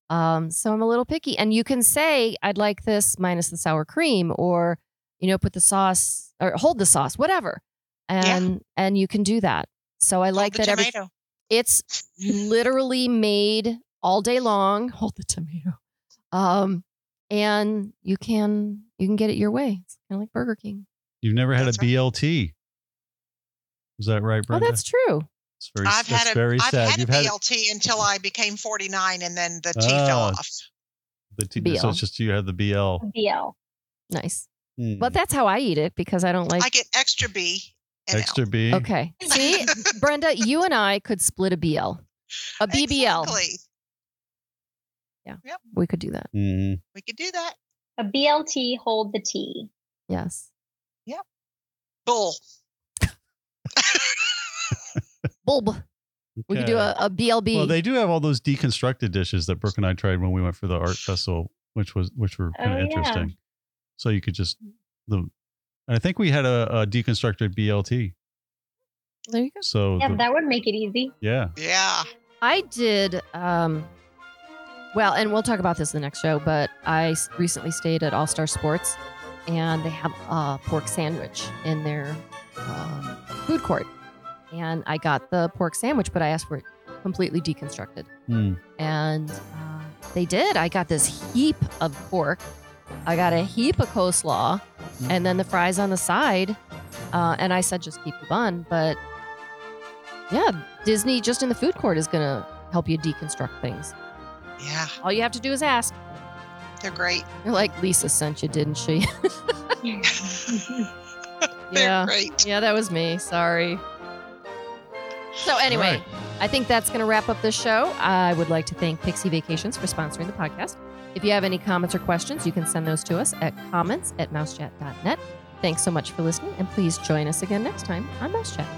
[SPEAKER 1] Um, so I'm a little picky, and you can say I'd like this minus the sour cream, or you know, put the sauce or hold the sauce, whatever, and and you can do that. So I like
[SPEAKER 3] the
[SPEAKER 1] that every,
[SPEAKER 3] tomato.
[SPEAKER 1] it's literally made all day long. Hold the tomato. Um, and you can you can get it your way. It's kind of like Burger King.
[SPEAKER 2] You've never had
[SPEAKER 3] That's
[SPEAKER 2] a
[SPEAKER 3] right.
[SPEAKER 2] BLT. Is that right, Brenda?
[SPEAKER 1] Oh, that's true.
[SPEAKER 2] it's very,
[SPEAKER 3] I've
[SPEAKER 2] that's
[SPEAKER 3] had a
[SPEAKER 2] very
[SPEAKER 3] have
[SPEAKER 2] sad.
[SPEAKER 3] had a
[SPEAKER 2] You've had
[SPEAKER 3] BLT until I became 49 and then the T fell
[SPEAKER 2] Ah.
[SPEAKER 3] off.
[SPEAKER 2] the T, so
[SPEAKER 1] BL.
[SPEAKER 2] it's just you had the BL.
[SPEAKER 4] BL.
[SPEAKER 1] Nice.
[SPEAKER 2] Hmm.
[SPEAKER 1] But that's how I eat it because I don't like.
[SPEAKER 3] I get extra B and
[SPEAKER 2] extra
[SPEAKER 3] L.
[SPEAKER 2] B.
[SPEAKER 3] [LAUGHS]
[SPEAKER 1] okay. See, Brenda, you and I could split a BL, a BBL.
[SPEAKER 3] Exactly.
[SPEAKER 1] We could do that.
[SPEAKER 2] Hmm.
[SPEAKER 3] We could do that.
[SPEAKER 4] A BLT hold the T.
[SPEAKER 1] Yes.
[SPEAKER 3] Bull.
[SPEAKER 1] Bulb. We could do
[SPEAKER 2] Okay.
[SPEAKER 1] a, a BLB.
[SPEAKER 2] Well, they do have all those deconstructed dishes that Brooke and I tried when we went for the art festival, which was which were kind
[SPEAKER 4] Oh,
[SPEAKER 2] of
[SPEAKER 4] yeah.
[SPEAKER 2] interesting. So you could just the, and I think we had a, a deconstructed BLT.
[SPEAKER 1] there you go.
[SPEAKER 2] So
[SPEAKER 4] Yeah,
[SPEAKER 2] the-
[SPEAKER 4] that would make it easy.
[SPEAKER 2] yeah,
[SPEAKER 3] Yeah.
[SPEAKER 1] I did. Um, well, and we'll talk about this in the next show, but I s- recently stayed at All Star Sports and they have a pork sandwich in their um, food court. And I got the pork sandwich, but I asked for it completely deconstructed.
[SPEAKER 2] Hmm.
[SPEAKER 1] And uh, they did. I got this heap of pork, I got a heap of coleslaw, and then the fries on the side. Uh, and I said, just keep the bun. But yeah, Disney just in the food court is going to help you deconstruct things.
[SPEAKER 3] Yeah.
[SPEAKER 1] All you have to do is ask.
[SPEAKER 3] They're great.
[SPEAKER 1] You're like, Lisa sent you, didn't she? [LAUGHS]
[SPEAKER 3] They're
[SPEAKER 1] yeah.
[SPEAKER 3] great.
[SPEAKER 1] Yeah, that was me. Sorry. So, anyway,
[SPEAKER 2] All right.
[SPEAKER 1] I think that's going to wrap up this show. I would like to thank Pixie Vacations for sponsoring the podcast. If you have any comments or questions, you can send those to us at comments at mousechat.net. Thanks so much for listening, and please join us again next time on Mousechat.